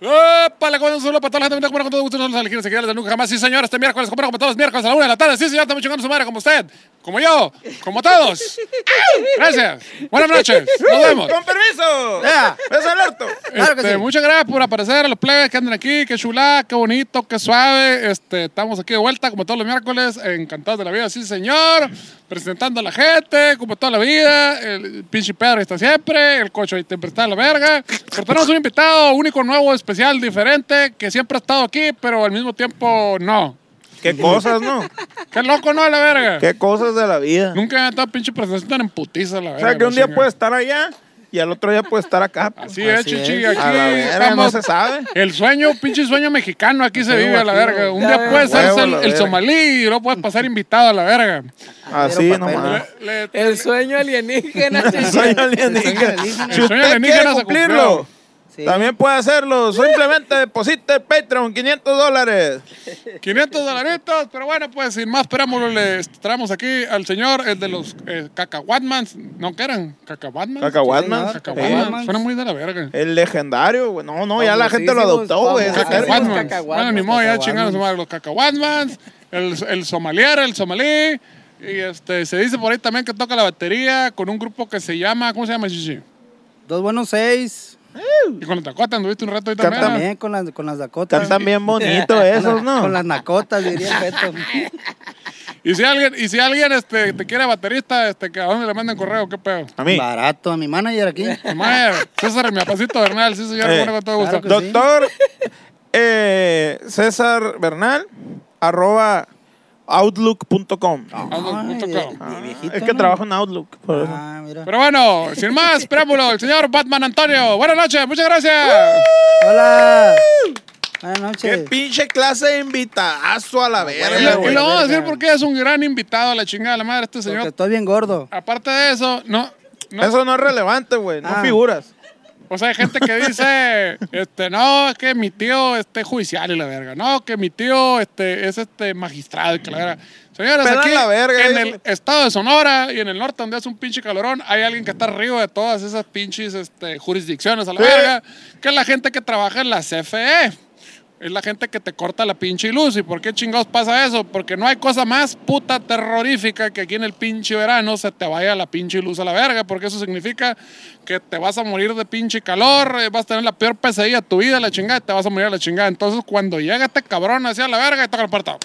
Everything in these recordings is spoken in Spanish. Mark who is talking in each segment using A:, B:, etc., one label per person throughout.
A: ¡Epa! Le comemos un saludo para toda la gente. Bueno, con todo gusto, no los elegir, se quedan nunca jamás. Sí, señor, este miércoles, como no, como todos los miércoles a la una de la tarde. Sí, señor, estamos chingando su madre, como usted, como yo, como todos. Gracias. Buenas noches. Nos vemos.
B: ¡Con permiso!
C: Ya.
B: ¡Es el orto!
C: Claro que
A: Este,
C: sí.
A: Muchas gracias por aparecer a los plebes que andan aquí. Qué chulada, qué bonito, qué suave. Este, estamos aquí de vuelta, como todos los miércoles, encantados de la vida, sí, señor. Presentando a la gente, como toda la vida. El pinche Pedro ahí está siempre, el cocho ahí siempre está en la verga. Pero tenemos un invitado único, nuevo, especial, diferente, que siempre ha estado aquí, pero al mismo tiempo no.
B: ¡Qué cosas, no!
A: Qué loco, ¿no? La verga.
B: ¡Qué cosas de la vida!
A: Nunca he estado pinche presentación tan en putiza, la
B: O
A: verga.
B: sea, que un día
A: la
B: puede estar allá y al otro día puede estar acá. pues.
A: Así es,
C: Así
A: chichi.
C: es.
A: Aquí
B: A la verga,
A: estamos-
B: no se sabe.
A: El sueño, pinche sueño mexicano, aquí se
B: Sí,
A: vive a la
B: guajiro.
A: verga. Un
C: Ya
A: día
C: ves.
A: puedes ser
B: Huevo,
A: el,
B: la
A: el
B: verga.
A: somalí y luego puedes pasar invitado a la verga.
B: Así
C: Pero papel,
B: nomás.
A: Le- le-
D: El sueño alienígena.
B: El sueño alienígena.
C: alienígena.
B: Si
A: El sueño
B: usted
A: alienígena
B: quiere
A: se cumplió.
B: cumplirlo,
C: Sí.
B: también puede hacerlo. Simplemente deposite el Patreon, 500 dólares.
A: 500 dolaritos, pero bueno, pues sin más preámbulos, les traemos aquí al señor, el de los eh, cacahuatmans. ¿No que eran? ¿Cacahuatmans?
B: Cacahuatman.
C: Sí, señor.
A: Cacahuatmans.
C: Sí.
A: Suena muy de la verga.
B: El legendario, güey. No, no, ya la gente lo adoptó, güey. ese
D: Famosísimos,
B: término.
A: Cacahuatmans.
D: cacahuatmans,
A: Bueno, ni modo, ya
C: cacahuatmans.
A: chingaron su madre, los cacahuatmans, el, el somalier, el somalí. Y este, se dice por ahí también que toca la batería con un grupo que se llama, ¿cómo se llama, chichi?
C: Dos buenos seis.
A: Y con el Tacota anduviste un rato ahí también.
B: Canta-
A: ¿no?
C: También con las, con las Dakotas.
B: Cantan bien bonito
C: Con la-
B: esos, ¿no?
C: Con las nacotas, diría el Beto.
A: Y si alguien, y si alguien este, te quiere baterista, este, que ¿a dónde le mandan correo? ¿Qué pedo?
B: A mí.
C: Barato, a mi manager aquí.
A: Madre, César, mi apacito Bernal, sí señor,
B: Eh,
A: bueno, con todo gusto.
C: claro que sí.
B: Doctor eh, César Bernal, arroba outlook.com.
A: Ah,
C: Ay, eh.
A: punto com.
C: de- de viejito,
B: Ah, es que
C: ¿no?
B: trabajo en Outlook. por eso.
C: Ah, mira.
A: Pero bueno, sin más preámbulo, el señor Batman Antonio. Buenas noches, muchas gracias.
C: Uh, Hola. Buenas
B: Qué
C: noches.
B: pinche clase de invitadazo a la verga,
A: Y lo, y
B: güey.
A: lo vamos a decir
C: verga.
A: porque es un gran invitado a la chingada de la madre este
C: Porque
A: señor.
C: estoy bien gordo.
A: Aparte de eso, no, no
B: Eso no es relevante, güey. No
C: Ah.
B: figuras.
A: O sea, hay gente que dice, este, no, es que mi tío este, es judicial y la verga. No, que mi tío este, es este, magistrado y que la verga. Señores,
B: Pelan
A: aquí
B: la verga,
A: en
B: eso.
A: el estado de Sonora y en el norte donde hace un pinche calorón, hay alguien que está arriba de todas esas pinches este, jurisdicciones a la
B: Sí.
A: verga, que es la gente que trabaja en la E. CFE. Es la gente que te corta la pinche luz. ¿Y por qué chingados pasa eso? Porque no hay cosa más puta terrorífica que aquí en el pinche verano se te vaya la pinche luz a la verga. Porque eso significa que te vas a morir de pinche calor, eh, vas a tener la peor pesadilla de tu vida, la chingada, y te vas a morir a la chingada. Entonces, cuando llega este cabrón hacia la verga y toca la puerta.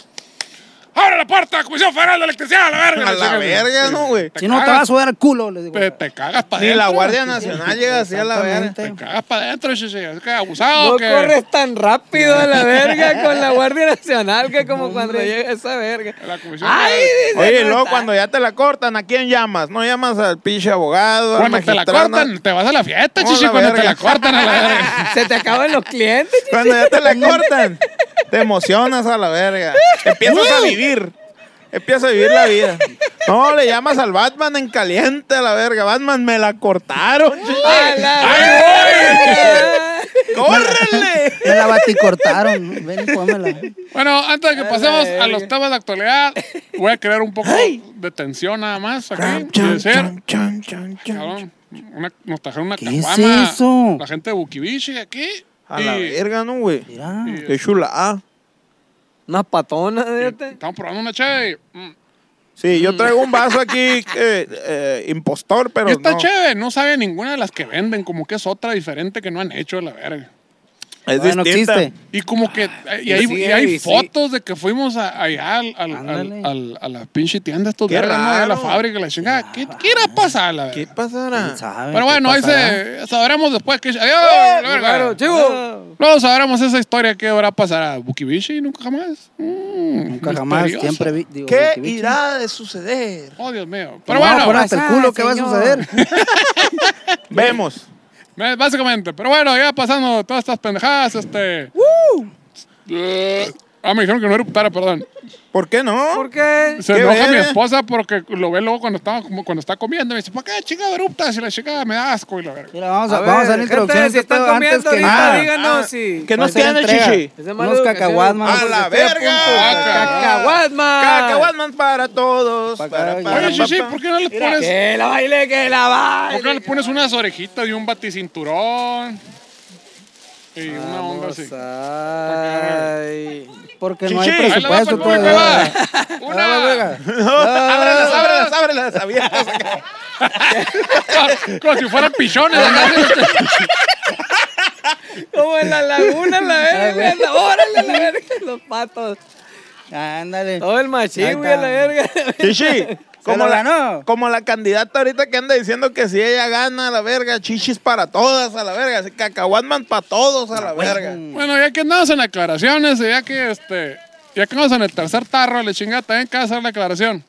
A: ¡Abre la puerta! ¡Comisión Federal de Electricidad a la verga!
B: A la verga, ¿no, güey?
C: Si no, te vas a sudar el culo, les digo.
A: Te, te cagas para
B: Ni
A: adentro.
B: la Guardia Nacional llega así a la verga.
C: Exactamente.
A: Te cagas para adentro, chichi. Es que abusado
D: No
A: que...
D: corres tan rápido a la verga con la Guardia Nacional que como cuando llega esa verga.
A: La comisión
D: ¡Ay!
A: Federal.
D: dice,
B: Oye, y
D: no
B: luego
D: está.
B: cuando ya te la cortan, ¿a quién llamas? No llamas al pinche abogado, al
A: Cuando te la
B: magistrado,
A: cortan, te vas a la fiesta,
B: Vamos a
A: chichi,
B: la
A: cuando te
B: verga.
A: la cortan a la verga.
D: Se te acaban los clientes.
B: nada. Cuando ya te la cortan, te emocionas a la verga. Empiezas a vivir. Empiezas a vivir la vida. No, le llamas al Batman en caliente a la verga. Batman, me la cortaron.
D: ¡A la verga!
B: ¡Córrele!
C: Me la baticortaron. Ven y pónmela.
A: Bueno, antes de que
D: A la
A: pasemos a
D: verga.
A: los temas de actualidad, voy a crear un poco de tensión nada más aquí.
B: Cham,
A: y
B: cham,
A: decir,
B: cham, cham, cham, cham.
A: cabrón, una- nos trajeron una
C: ¿Qué es
A: caguama,
C: eso?
A: La gente de Bukibishi aquí.
B: A
A: y-
B: la verga, ¿no, güey?
C: Mira.
A: y-
B: Qué chula. Ah.
D: Una patona,
A: y-
D: fíjate.
A: Estamos probando una cheve. y, mm,
B: Sí, yo traigo un vaso aquí, eh, eh, impostor, pero
A: y está
B: no.
A: chévere, no sabe ninguna de las que venden, como que es otra diferente que no han hecho, la verga.
B: Es
C: Todavía no
B: distinta.
C: existe.
A: Y como que y
D: y
A: hay,
D: sí,
A: y hay
D: y sí.
A: fotos de que fuimos a- allá al, al- al-
C: Ándale.
A: al- a la pinche tienda estos
B: Qué
A: vergas, ¿no? de la
B: raro.
A: fábrica, la chingada. ¿Qué, qué irá a pasar, la
B: ¿Qué
A: verga?
B: pasará?
C: ¿Quién sabe
A: Pero
C: qué
A: bueno, ahí
C: pasará?
A: se sabremos después que adiós, la verga.
D: pues, Claro, chivo.
A: Luego sabremos esa historia que habrá pasar a Bukibishi nunca jamás. Mm,
C: Nunca jamás,
A: misterioso.
C: siempre vi. digo,
B: ¿Qué
C: que vi-
B: irá de suceder?
A: Oh, Dios mío.
C: Pero
A: Pero bueno,
C: bueno, hasta el
D: pasar,
C: culo, ¿qué va a
D: señor.
C: suceder?
B: Vemos.
A: eh, básicamente. Pero bueno, ya pasando todas estas pendejadas, este. Eh, ah, me dijeron que no eruptara, perdón.
B: ¿Por qué no?
D: ¿Por qué?
A: Se
B: ¿Qué
A: enoja mi
B: verga?
A: esposa porque lo ve luego cuando está, como cuando está comiendo. Me dice, ¿por qué chingada eruptas? Y la chica me da asco y la verga.
C: Mira, vamos a,
D: A
C: vamos a
D: ver,
C: hacer la
D: gente,
C: introducción. a este
D: si están
C: pedo
D: comiendo
C: antes que
D: ahorita,
C: nada.
D: digan- díganos si-
B: Que
C: Va a
B: nos
C: ser
B: quedan el
C: entrega.
B: chichi.
D: Es de mala
C: Unos
D: educación.
C: cacahuatman.
B: ¡A la
D: Ah,
B: verga!
D: cacahuatman.
B: ¡Cacahuatman para todos!
C: Para
B: Para,
C: cada
B: para,
A: Oye, Chichi,
B: pa,
A: ¿por qué no le
D: Mira,
A: pones,
D: Que la baile, que
A: ¿por
D: la
A: qué no le
D: baile.
A: pones unas orejitas y un baticinturón? Y una onda
D: Vamos,
A: así.
D: Ay.
C: Porque no hay
B: Chichi,
A: Ahí la va para
C: presupuesto
B: pues,
C: pues,
A: el público, ahí va.
C: todavía.
B: Ah,
A: Una.
B: ábrelas, ábrelas, ábrelas, abiertas acá.
A: Como si fueran pichones. acá.
D: Como en la laguna, la
C: Ay, güey.
D: verga. la- Órale, la verga. Los patos.
C: Ándale.
D: Todo el
C: Ahí
D: machín, güey,
C: está.
D: la verga.
B: Chichi, como
C: lo
B: la,
C: ganó.
B: como la candidata ahorita que anda diciendo que si ella gana, a la verga, chichis para todas, a la verga, así, cacahuatman para todos, a la verga.
A: Bueno, ya que andamos en aclaraciones, y ya que este, ya que andamos en el tercer tarro, le chingada, también cabe hacer la aclaración.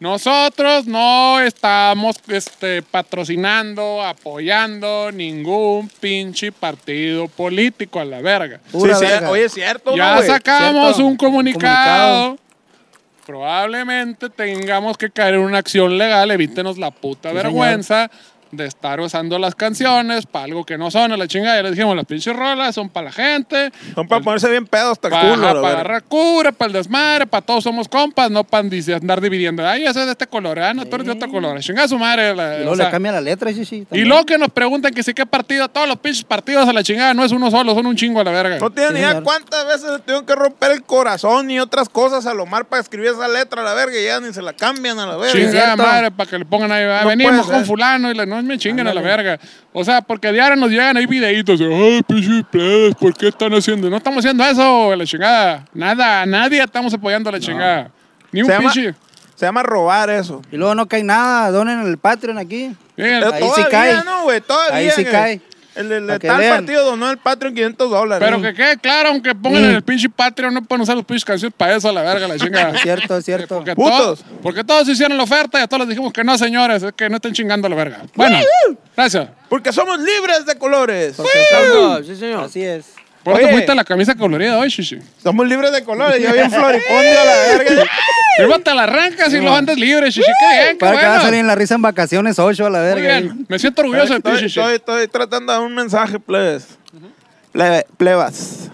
A: Nosotros no estamos este, patrocinando, apoyando ningún pinche partido político a la verga.
C: Pura
B: Sí, sí,
C: verga.
B: oye, es cierto,
A: ya
B: ¿no, güey?
A: sacamos
C: cierto.
A: un comunicado. Probablemente tengamos que caer en una acción legal. Evítenos la puta vergüenza de estar usando las canciones para algo que no son a la chingada. Ya les dijimos, las pinches rolas son para la gente.
B: Son para ponerse bien pedos hasta el
A: Para,
B: culo, a la
A: para
B: verga.
A: agarrar cura, para el desmadre, para todos somos compas, no para andar dividiendo. Ay, ese es de este color, ah, no, tú eres de otro color. Chinga su madre. la-
C: Y
A: o
C: luego
A: sea,
C: le cambia la letra, sí, sí.
A: y
C: también.
A: luego que nos preguntan que si qué partido, todos los pinches partidos a la chingada, no es uno solo, son un chingo a la verga.
B: No tienen
C: Sí,
B: ni idea
C: señor.
B: cuántas veces le tuvieron que romper el corazón y otras cosas a Lomar para escribir esa letra a la verga y ya ni se la cambian a la verga.
C: Sí,
A: Chingada
C: cierto.
A: madre, para que le pongan ahí, ah,
B: No
A: venimos
B: puede
A: con
B: ser.
A: fulano y le, no me chinguen a la verga. O sea, porque diario nos llegan ahí videitos de, ay, pinches plebes, ¿por qué están haciendo? No estamos haciendo eso, a la chingada. Nada, a nadie estamos apoyando a la chingada. Ni un
B: Se llama-
A: pinche.
B: Se llama robar eso.
C: Y luego no cae nada, donen en el Patreon aquí.
A: Bien,
B: Pero
C: Ahí sí
B: todavía,
C: cae.
B: ¿no, güey? Todavía.
C: Ahí sí
B: güey.
C: cae.
B: El de,
C: Pa' que
B: tal
C: vean.
B: partido donó el Patreon 500 dólares.
A: Pero que quede claro, aunque pongan
B: mm.
A: en el pinche Patreon, no pueden usar los pinches canciones para eso, a la verga, a la chingada.
C: Es cierto, es cierto.
A: Porque
B: Putos.
A: todos, porque todos hicieron la oferta y a todos les dijimos que no, señores, es que no estén chingando a la verga. Bueno, gracias.
B: Porque somos libres de colores.
D: Exacto, Sí, señor.
C: Así es.
A: ¿Por qué te
B: Oye.
A: fuiste la camisa colorida hoy, Shishi?
B: Somos libres de colores. Yo bien floripondio a la verga.
A: Luego te la arrancas y lo andas libre, Shishi. eh, Qué bien, qué
C: Para que va a salir
A: bueno.
C: en la risa en vacaciones 8 a la
A: Muy
C: verga.
A: bien. Me siento orgulloso de ti,
B: Estoy,
A: Shishi.
B: estoy, estoy tratando de dar un mensaje, plebes. Plebe- plebas.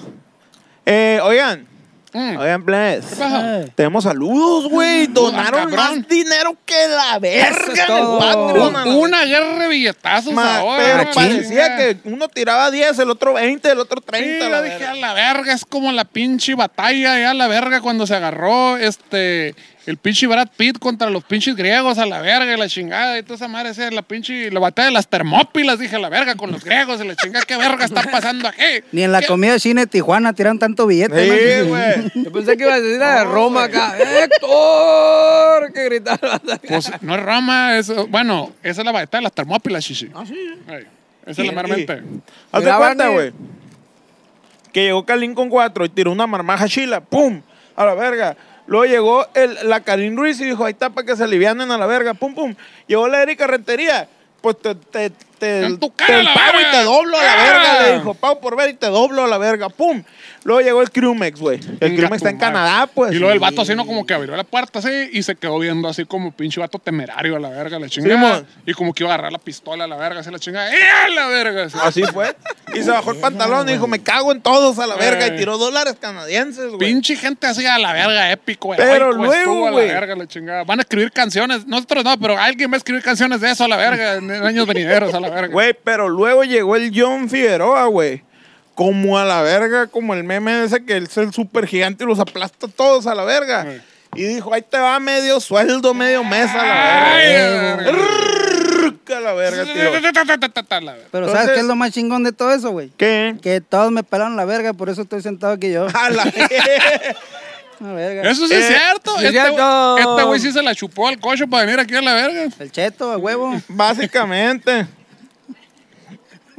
B: Eh, oigan.
A: Mm.
B: Oigan, plebes.
A: pasa?
C: Ay.
B: Tenemos saludos, güey. Donaron
A: cabrón.
B: más dinero que la
D: Eso
B: verga
D: es
B: en el
D: todo.
B: Patreon. a la
A: Una guerra de billetazos
B: Ma-
A: Pues ahora.
B: pero
A: ¿no?
B: parecía
A: Sí.
B: que uno tiraba 10, el otro 20, el otro 30.
A: Sí,
B: la
A: yo dije,
B: verga.
A: a la verga, es como la pinche batalla, ya a la verga cuando se agarró este el pinche Brad Pitt contra los pinches griegos, a la verga, y la chingada, y toda esa madre, esa es la pinche, la batalla de las termópilas, dije, a la verga, con los griegos, y la chingada, ¿qué verga está pasando aquí?
C: Ni en la
A: ¿Qué?
C: comida de cine de Tijuana tiran tanto billete.
B: Sí,
C: ¿no?
B: güey.
D: Yo pensé que ibas a decir la de Roma acá. ¡Héctor! Que gritaba.
A: Pues no es Roma, es, bueno, esa es la batalla de las termópilas, chichi. Ah, sí. Esa es la meramente.
B: Hazte
D: Mira,
B: cuenta,
D: Barney.
B: güey. Que llegó Kalin con 4 y tiró una marmaja chila. ¡Pum! A la verga. Luego llegó el, la Kalin Ruiz y dijo, ahí está para que se alivianen a la verga. ¡Pum, pum! Llegó la Erika Rentería. Pues te, te, te,
A: En tu cara,
B: te
A: la
B: pago
A: verga.
B: y te doblo a la
A: Ah.
B: verga. Le dijo, pago por ver y te doblo a la verga. ¡Pum! Luego llegó el Crumex, güey. El
A: Crumex
B: Crumex está en Canadá, pues.
A: Y luego el vato así, ¿no? Como que abrió la puerta así y se quedó viendo así como pinche vato temerario a la verga, la chingada.
B: mon.
A: y como que iba a agarrar la pistola a la verga, así la chingada. ¡Eh, a la verga! Así.
B: Así fue. Y se bajó el pantalón y dijo, me cago en todos a la verga.
A: Eh.
B: Y tiró dólares canadienses, güey.
A: Pinche gente así a la verga, épico,
B: Pero
A: heroico,
B: luego,
A: estuvo a la
B: güey.
A: verga, la chingada. Van a escribir canciones, nosotros no, pero alguien va a escribir canciones de eso a la verga, en años venideros a la verga.
B: Güey, pero luego llegó el John Figueroa, güey. Como a la verga, como el meme ese que es el super gigante y los aplasta a todos a la verga.
A: Eh.
B: Y dijo, ahí te va medio sueldo, medio mes a la
A: Ay,
B: verga.
A: a la verga.
B: Rrrr, a la verga, tío.
A: A la verga.
C: Pero
B: Entonces-
C: ¿sabes qué es lo más chingón de todo eso, güey?
B: ¿Qué?
C: Que todos me pelaron la verga, por eso estoy sentado aquí yo.
B: A la
C: La verga.
A: Eso sí es
B: Eh,
A: cierto.
D: sí es
A: Este güey-
D: cierto.
A: este güey sí se la chupó al coche para venir aquí a la verga.
C: El cheto, a huevo.
B: Básicamente.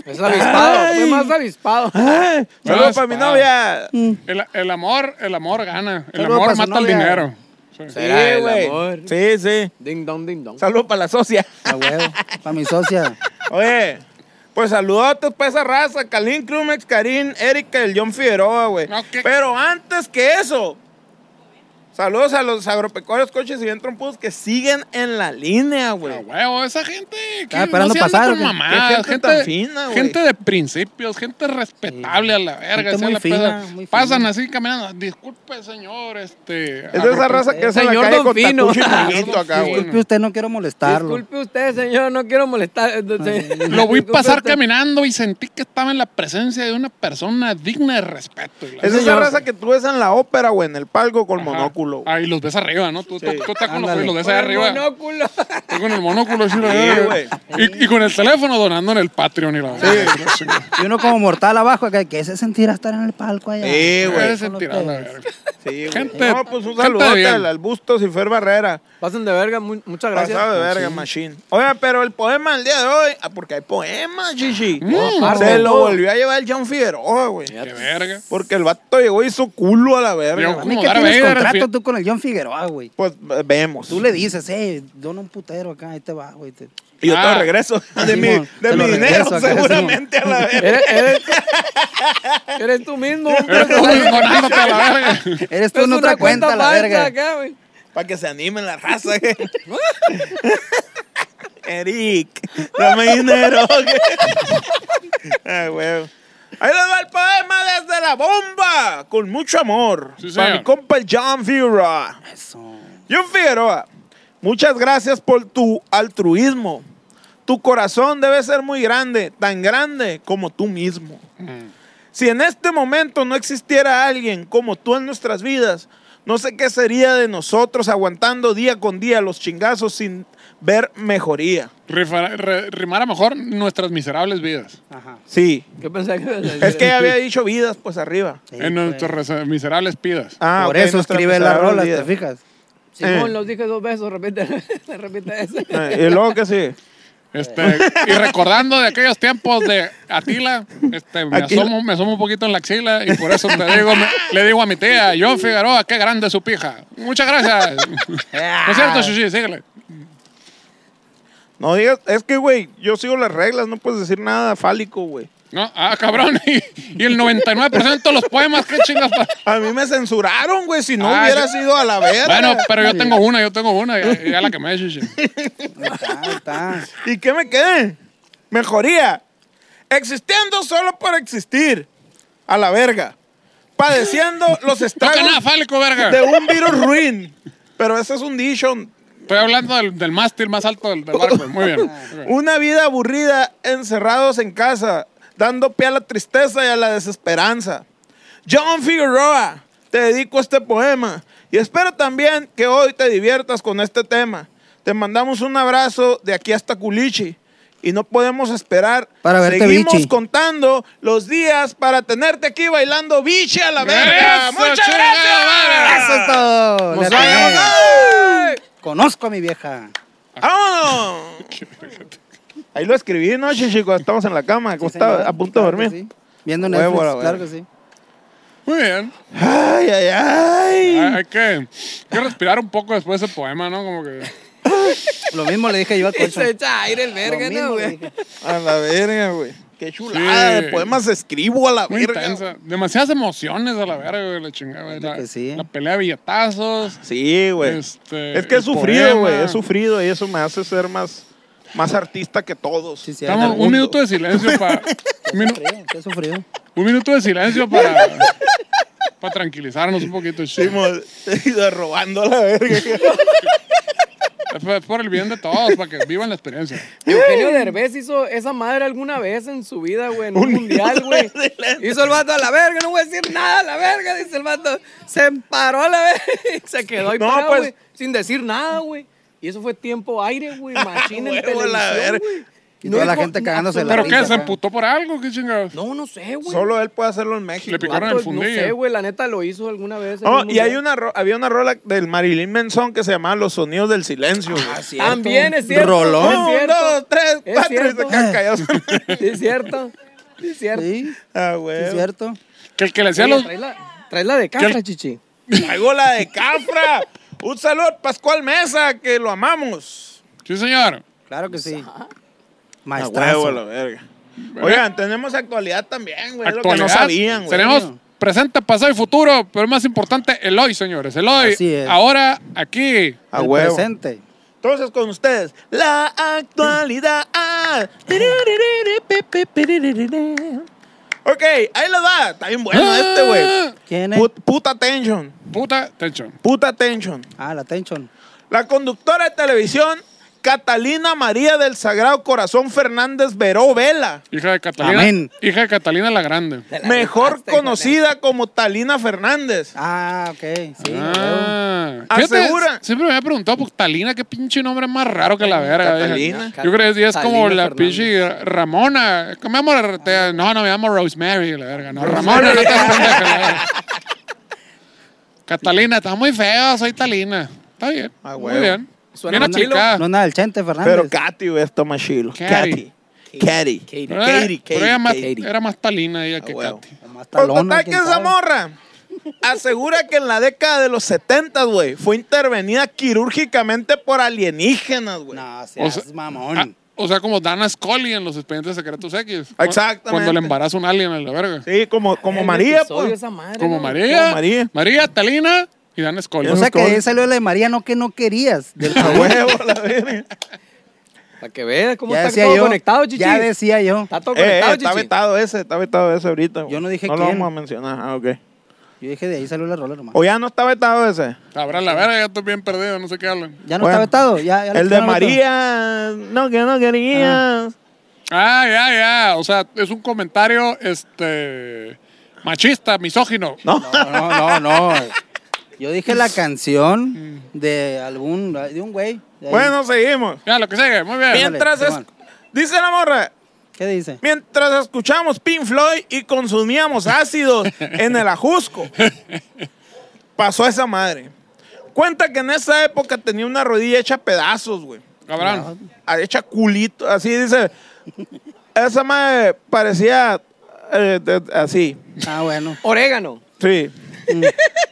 D: Es avispado. Fue más avispado.
B: Saludos para mi
A: está.
B: novia.
A: El, el amor, el amor gana. El
C: Saludos
A: amor
C: para su
A: mata el
C: novia.
A: dinero. Sí.
D: Será
B: Sí,
D: el
B: güey.
D: amor.
B: Sí, sí.
D: Ding dong, ding dong.
B: Saludos para la socia.
C: A huevo. Para mi socia.
B: Oye, pues saludotes para esa raza, Kalin Crumex, Karin, Erika y el John Figueroa, güey.
A: No, ¿qué?
B: Pero antes que eso, Saludos a los agropecuarios, coches y bien trompudos que siguen en la línea,
A: A
B: güey.
A: huevo, esa gente que
C: Ah,
A: no
C: esperando
A: se anda
C: pasar,
A: con
C: ¿o qué?
A: mamadas,
B: Qué
A: gente,
B: gente tan fina, güey.
A: gente de principios, gente respetable a la verga.
C: Gente
A: sea
C: muy
A: la
C: fina,
A: peda.
C: muy fina.
A: Pasan así caminando. Disculpe, señor, este.
B: Es de esa
A: agro-
B: raza que es en la
D: Señor
B: calle
D: Don
B: con
D: Fino.
B: tacucho y
A: Señor
B: moñito
A: Don
B: acá,
A: Fino.
B: güey.
C: Disculpe usted, no quiero molestarlo.
D: Disculpe usted, señor, no quiero molestar. eh, señor.
A: Lo vi
D: Disculpe este.
A: pasar
D: usted.
A: caminando y sentí que estaba en la presencia de una persona digna de respeto. y la-
B: Es de esa
C: señor.
B: raza que tú ves en la ópera, güey, en el palco con
A: Ajá.
B: monóculo. güey.
A: Ahí los ves arriba, ¿no? Tú, tú- tú estás con los,
C: Ándale.
A: los ves
D: Con
A: ahí
D: el
A: arriba.
D: monóculo.
A: Tú con el monóculo. así, la
B: Sí,
A: verga. y, y con el teléfono donando en el Patreon. Y la verga. Sí,
C: Y uno como mortal abajo, acá, que se sentirá estar en el palco allá.
B: Sí, güey.
A: Ese
C: Con
A: tirado, la
C: ustedes.
A: verga.
B: Sí, güey.
A: Ah, Gente-
B: no, pues un
A: gente
B: saludote
A: bien.
B: al, al Bustos y Fer Barrera.
D: Pasen de verga, mu- muchas gracias.
B: Pasado
C: Pues
B: de verga, machine. Oiga, pero el poema del día de hoy, ah, porque hay poemas, Gigi.
D: aparte.
B: Se lo volvió a llevar el John Figueroa, güey.
A: Qué verga.
B: Porque el vato llegó y hizo culo a la verga.
A: Yo-
B: güey.
C: A mí
A: Como
C: que
A: Darth
C: tienes
A: Vader,
C: contrato
A: fíjate.
C: tú con el John Figueroa, güey.
B: Pues eh, vemos.
C: Tú le dices, eh, dona un putero acá, ahí te va, güey. te-
B: Y yo te
A: Ah.
B: lo regreso. De mi,
C: Simón,
B: de
C: te
B: mi
C: lo
B: dinero,
C: regreso acá,
B: seguramente, a la verga.
D: Eres, eres, eres tú mismo.
A: Pero tú donándote a la verga.
C: Eres tú en otra cuenta, la verga.
B: Para que se anime la raza, güey. Eric, dame dinero. güey. Ay, güey. Ahí les va el poema desde la bomba. Con mucho amor.
A: Sí,
B: para
A: señor.
B: mi compa el John Figueroa.
C: Eso.
B: John Figueroa, ah, muchas gracias por tu altruismo. Tu corazón debe ser muy grande, tan grande como tú mismo.
C: Mm.
B: Si en este momento no existiera alguien como tú en nuestras vidas, no sé qué sería de nosotros aguantando día con día los chingazos sin ver mejoría.
A: Rifara- re- rimara mejor nuestras miserables vidas.
C: Ajá.
B: Sí.
D: ¿Qué pensaba que ibas a decir?
B: Es que ya había dicho vidas, pues arriba.
C: Sí,
A: en
C: güey.
A: nuestras reza- miserables pidas.
B: Ah,
C: Por
B: ok,
C: eso
B: nuestras
C: escribe la
B: miserables
C: rola,
B: vidas.
C: ¿te fijas?
B: Eh.
D: Simón, los dije dos veces, repite, repite eso.
B: Eh, y luego que sí.
A: Este, y recordando de aquellos tiempos de Atila, este, me,
B: Atila.
A: asomo, me asomo un poquito en la axila y por eso te digo, me- le digo a mi tía, John Figueroa, qué grande es su pija. Muchas gracias.
C: Ah.
A: ¿No es cierto, Shushi? Síguele.
B: No digas, es que, güey, yo sigo las reglas, no puedes decir nada fálico, güey.
A: No, ah, cabrón. Y, y el 99% de los poemas, qué chingas. pa-
B: A mí me censuraron, güey, si no
A: Ah,
B: hubiera
A: sí.
B: sido a la verga.
A: Bueno, pero yo tengo una, yo tengo una, ya, ya la que me Shushi.
C: Ahí está, ahí está.
B: ¿Y qué me quedé? Mejoría. Existiendo solo por existir. A la verga. Padeciendo los
A: Toca nada,
B: estragos
A: fálico, verga.
B: de un virus ruin. Pero ese es un dicho.
A: Estoy hablando del, del mástil más alto del, del barco. Muy bien. muy bien.
B: Una vida aburrida, encerrados en casa, dando pie a la tristeza y a la desesperanza. John Figueroa, te dedico este poema y espero también que hoy te diviertas con este tema. Te mandamos un abrazo de aquí hasta Culichi y no podemos esperar.
C: Para verte,
B: Seguimos
C: bichi.
B: contando los días para tenerte aquí bailando biche a la verga.
A: Eso,
B: ¡Muchas
A: chingada
B: gracias!
C: Eso es todo.
A: Nos
C: Le atiné.
A: vemos.
C: Conozco a mi vieja.
B: ¡Vámonos! Ahí lo escribí, ¿no, chico? Estamos en la cama,
C: Sí,
B: acostado,
C: señor.
B: a punto de
C: Claro que
B: dormir.
C: sí. Viendo
B: Huevo,
C: Netflix,
B: la verga.
C: claro que sí.
A: Muy bien.
B: Ay, ay, ay.
A: Hay que, hay que respirar un poco después de ese poema, ¿no? Como que.
C: Lo mismo le dije yo al
D: Y
C: cocho.
D: se echa aire el
C: pues, Lo
D: verga,
C: mismo
D: ¿no,
C: le
D: güey?
C: dije.
B: A la verga, güey. Qué chulada
A: Ah. Sí.
B: de poemas escribo a la
A: Muy
B: verga.
A: intensa. Demasiadas emociones a la verga, güey, la chingada. güey. La,
C: que sí.
A: la pelea de billetazos.
B: Sí, güey.
A: Este,
B: es que he
A: el
B: sufrido,
A: poema.
B: güey. He sufrido y eso me hace ser más, más artista que todos.
C: Sí, sí,
B: En el
A: Estamos un
B: mundo.
A: minuto de silencio para. un, minu-
C: Sufrido, qué sufrido.
A: un minuto de silencio para. para tranquilizarnos un poquito,
B: Sí,
A: chico.
B: mo- he ido robando a la verga.
A: Es por- es por el bien de todos, para que vivan la experiencia.
D: Eugenio Derbez hizo esa madre alguna vez en su vida, güey, en un
B: Un
D: mundial, güey.
B: minuto de silencio.
D: Hizo el vato a la verga, no voy a decir nada a la verga, dice el vato. Se paró a la verga y se quedó ahí
B: No,
D: parado,
B: pues-
D: güey, sin decir nada, güey. Y eso fue tiempo aire, güey, machina en
B: Huevo,
D: televisión,
B: la verga.
D: güey.
C: Y toda la
D: dijo
C: gente cagándose la
A: ¿Pero
C: risa
A: qué? ¿Se
C: acá.
A: emputó por algo? ¿Qué chingados?
D: No, no sé, güey.
B: Solo él puede hacerlo en México.
A: Le picaron el
D: Vato, No
A: fundillo.
D: sé, güey, la neta lo hizo alguna vez. en
B: Oh,
D: un
B: y hay
D: mundial.
B: una ro- había una rola del Marilyn Manson que se llamaba Los Sonidos del Silencio. güey.
C: Ah,
B: Ah,
D: También es cierto.
C: Rolón.
D: Es
B: Un,
D: cierto.
B: dos, tres,
D: Es
B: cuatro, y
D: cierto.
B: se quedan callados.
D: Sí, es cierto. Sí, es cierto.
C: Sí,
B: ah,
D: Eh.
C: sí es
B: güey.
C: cierto.
A: Que el que le hacía
D: Oye,
A: los.
D: traes la- traes la de casa,
A: ¿Qué?
D: chichi.
B: Traigo la de Cafra. Un saludo a Pascual Mesa, que lo amamos.
A: Sí, señor.
C: Claro
D: Pues,
C: que sí.
B: A
C: Maestrazo.
B: huevo, la verga. Oigan, tenemos actualidad también, güey. es Lo que
A: Actualidad.
B: no sabían, güey.
A: Tenemos presente, pasado y futuro, pero es más importante el hoy, señores. El hoy,
C: Así es.
A: ahora, aquí.
B: A
C: El
B: huevo.
C: presente.
B: Entonces, con ustedes, la actualidad. ok, ahí les va. Está bien bueno este, güey.
C: ¿Quién es?
B: Put- puta tension.
A: Puta tensión.
B: Puta tension.
C: Ah, la tension.
B: La conductora de televisión, Catalina María del Sagrado Corazón Fernández Veró Vela.
A: Hija de Catalina.
C: Amén.
A: Hija de Catalina la Grande.
D: Te la
B: Mejor
D: dejaste, hijo de-
B: conocida como Talina Fernández.
C: Ah, ok. Sí, a huevo.
A: Ah,
B: huevo.
A: fíjate,
B: Asegura.
A: s- Siempre me había preguntado, pues Talina, qué pinche nombre más raro que la verga.
B: Catalina.
A: vieja. Yo creo que es como
D: Catalina
A: la
D: Fernández.
A: pinche Ramona. ¿Cómo me llamo la- te- No, no, me llamo Rosemary, la verga. No, Ramona, no te hagas pendeja, la verga. Catalina, está muy feo, soy Talina. Está bien.
B: Ah,
A: muy
B: huevo.
A: bien.
D: Suena
A: bien
D: más chilo.
A: aplicada.
C: No es nada del Chente Fernández.
B: Pero Katy, güey, esto más chilo.
A: Katy.
B: Katy. Katy. Katy.
A: Pero era- pero ella más-
B: Katy.
A: era más Talina ella que
B: Ah, huevo.
A: Katy.
C: Nomás
B: Pues
C: talona,
B: total que
C: ¿quién
B: esa
C: sabe?
B: morra asegura que en la década de los 70, güey, fue intervenida quirúrgicamente por alienígenas, güey.
C: No,
D: Pues,
C: seas
A: O sea-
C: mamón.
A: Ah, o sea, como Dana Scully en los expedientes secretos X. Cu-
B: Exactamente.
A: Cuando le embaraza un alien a la verga.
B: Sí, como, como
D: El
B: María,
D: episodio
B: pues.
D: esa madre,
A: Como
D: ¿no?
A: María,
B: Como María.
A: Talina y Dana Scully.
C: o sea que
B: Nos
C: de ahí
B: con-
C: salió la de María, no que no querías. Del-
B: A huevo, la verga.
D: Para que veas cómo
C: ya
D: está
C: decía
D: todo
C: yo.
D: conectado, chichi.
C: Ya decía yo.
D: Está todo
B: Eh, eh,
D: conectado,
B: está
D: chichi.
B: vetado ese, está vetado ese ahorita. güey.
C: Yo no dije
B: No lo
C: quién.
B: vamos a mencionar. Ah, ok.
C: Yo dije, de ahí salió la rola nomás.
B: O ya no está vetado ese.
A: Sabrá la verga, ya estoy bien perdido, no sé qué hablan.
C: Ya no
B: Bueno,
C: está vetado. Ya, ya le
B: El de
C: quitaron veto.
B: María, no, que no querías.
A: Ah, ya, ya. O sea, es un comentario este machista, misógino.
B: No.
C: No, no, no. no. Yo dije la
A: Mm.
C: canción de algún, de un güey. de ahí.
B: Bueno, seguimos.
A: Ya, lo que sigue, muy bien.
C: Bien.
B: Mientras es...
C: Simón.
B: Dice la morra,
C: ¿Qué dice?
B: Mientras escuchamos Pink Floyd y consumíamos ácidos en el ajusco. Pasó esa madre. Cuenta que en esa época tenía una rodilla hecha pedazos, güey.
A: Cabrón.
B: Ah, Hecha culito, así dice. Esa madre parecía eh, de- así,
C: Ah, bueno.
D: Orégano.
B: sí. Mm.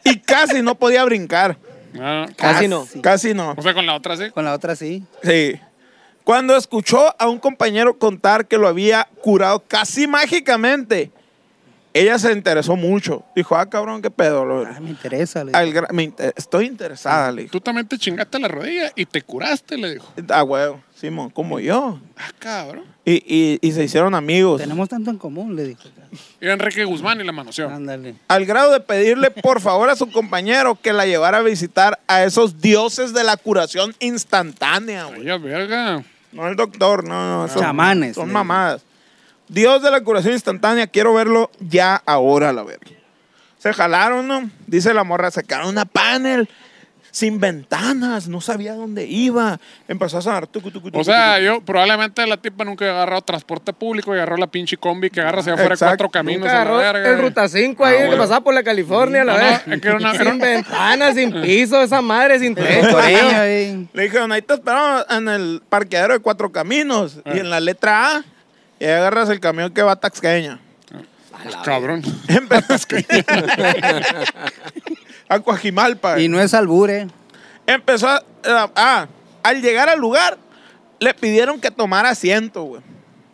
B: Y casi no podía brincar.
A: Ah,
D: Casi no.
B: Casi no.
A: o sea, con la otra sí.
C: Con la otra sí.
B: Sí. Cuando escuchó a un compañero contar que lo había curado casi mágicamente, ella se interesó mucho. Dijo, ah, cabrón, qué pedo. lo-
C: Ah, me interesa. le
B: al gra- me inter- estoy interesada, le dijo.
A: Tú también te chingaste la rodilla y te curaste, le dijo.
B: Ah, huevo, Simón, como yo.
A: Ah, cabrón.
B: Y, y- y se hicieron
A: pues.
B: amigos.
C: Tenemos tanto en común, le dije.
A: Y Enrique Guzmán y la manoseó.
C: Ándale.
B: Al grado de pedirle por favor a su compañero que la llevara a visitar a esos dioses de la curación instantánea, güey.
A: Oye, verga.
B: No el doctor, no, no. Son,
C: Chamanes,
B: Son
C: le-
B: mamadas. Dios de la curación instantánea, quiero verlo ya ahora, la verga. Se jalaron, ¿no? Dice la morra, sacaron una panel sin ventanas, no sabía dónde iba. Empezó a sonar. tucu, tucu, tucu,
A: O sea,
B: tucu.
A: yo probablemente la tipa nunca agarró transporte público y agarró la pinche combi que agarra hacia afuera
B: Exacto.
A: cuatro caminos.
D: Nunca
A: a la
D: agarró
A: verga.
D: el Ruta 5 ahí
A: Ah,
D: que
A: bueno.
D: pasaba por la California, la
A: No, no,
D: verdad.
A: es que era una- era
D: sin
A: un-
D: ventanas, sin piso, esa madre, sin
A: ¿Eh?
D: techo. Ah,
C: Coreño ahí.
B: Le dijeron, ahí te esperamos en el parqueadero de Cuatro Caminos.
A: Ah.
B: Y en la letra A, y ahí agarras el camión que va a Taxqueña.
A: Ah, Cabrón.
B: a Coajimalpa.
C: Y no es albure.
B: Empezó a, a- ah, al llegar al lugar, le pidieron que tomara asiento, güey.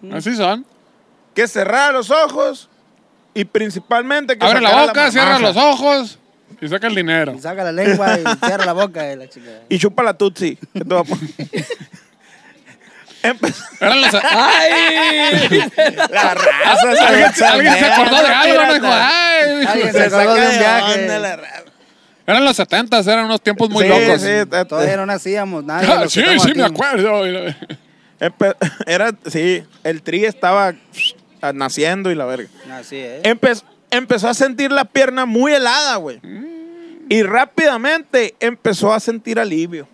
D: Mm.
A: Así son.
B: Que cerrara los ojos y principalmente que
A: Abre la
B: sacara
A: boca, cierra
B: marmaja.
A: los ojos y saca el dinero.
C: Y saca la lengua y cierra la boca de la chica.
B: Y chupa la tutsi. que te va a poner. Empezó-
A: Eran las-
B: Ah,
D: ¡Ay!
B: la raza
A: ¿Alguien, se- alguien se acordó de algo, no dijo,
B: pirata.
A: ay.
C: Alguien
B: "Ah, Se
C: se acordó
B: saca
C: de un
B: de
C: viaje.
B: onda la raza.
A: Eran los 70, eran unos tiempos muy
B: Sí,
A: locos.
B: sí, está-
C: Todavía no nacíamos nada. de
A: Ah,
C: lo que
A: sí,
C: estamos
A: sí,
C: aquí.
A: me acuerdo. Y la-
B: Empe- Era, sí, el tri estaba naciendo y la verga.
C: Así es.
B: Empe- empezó a sentir la pierna muy helada, güey.
D: Mm.
B: Y rápidamente empezó a sentir alivio.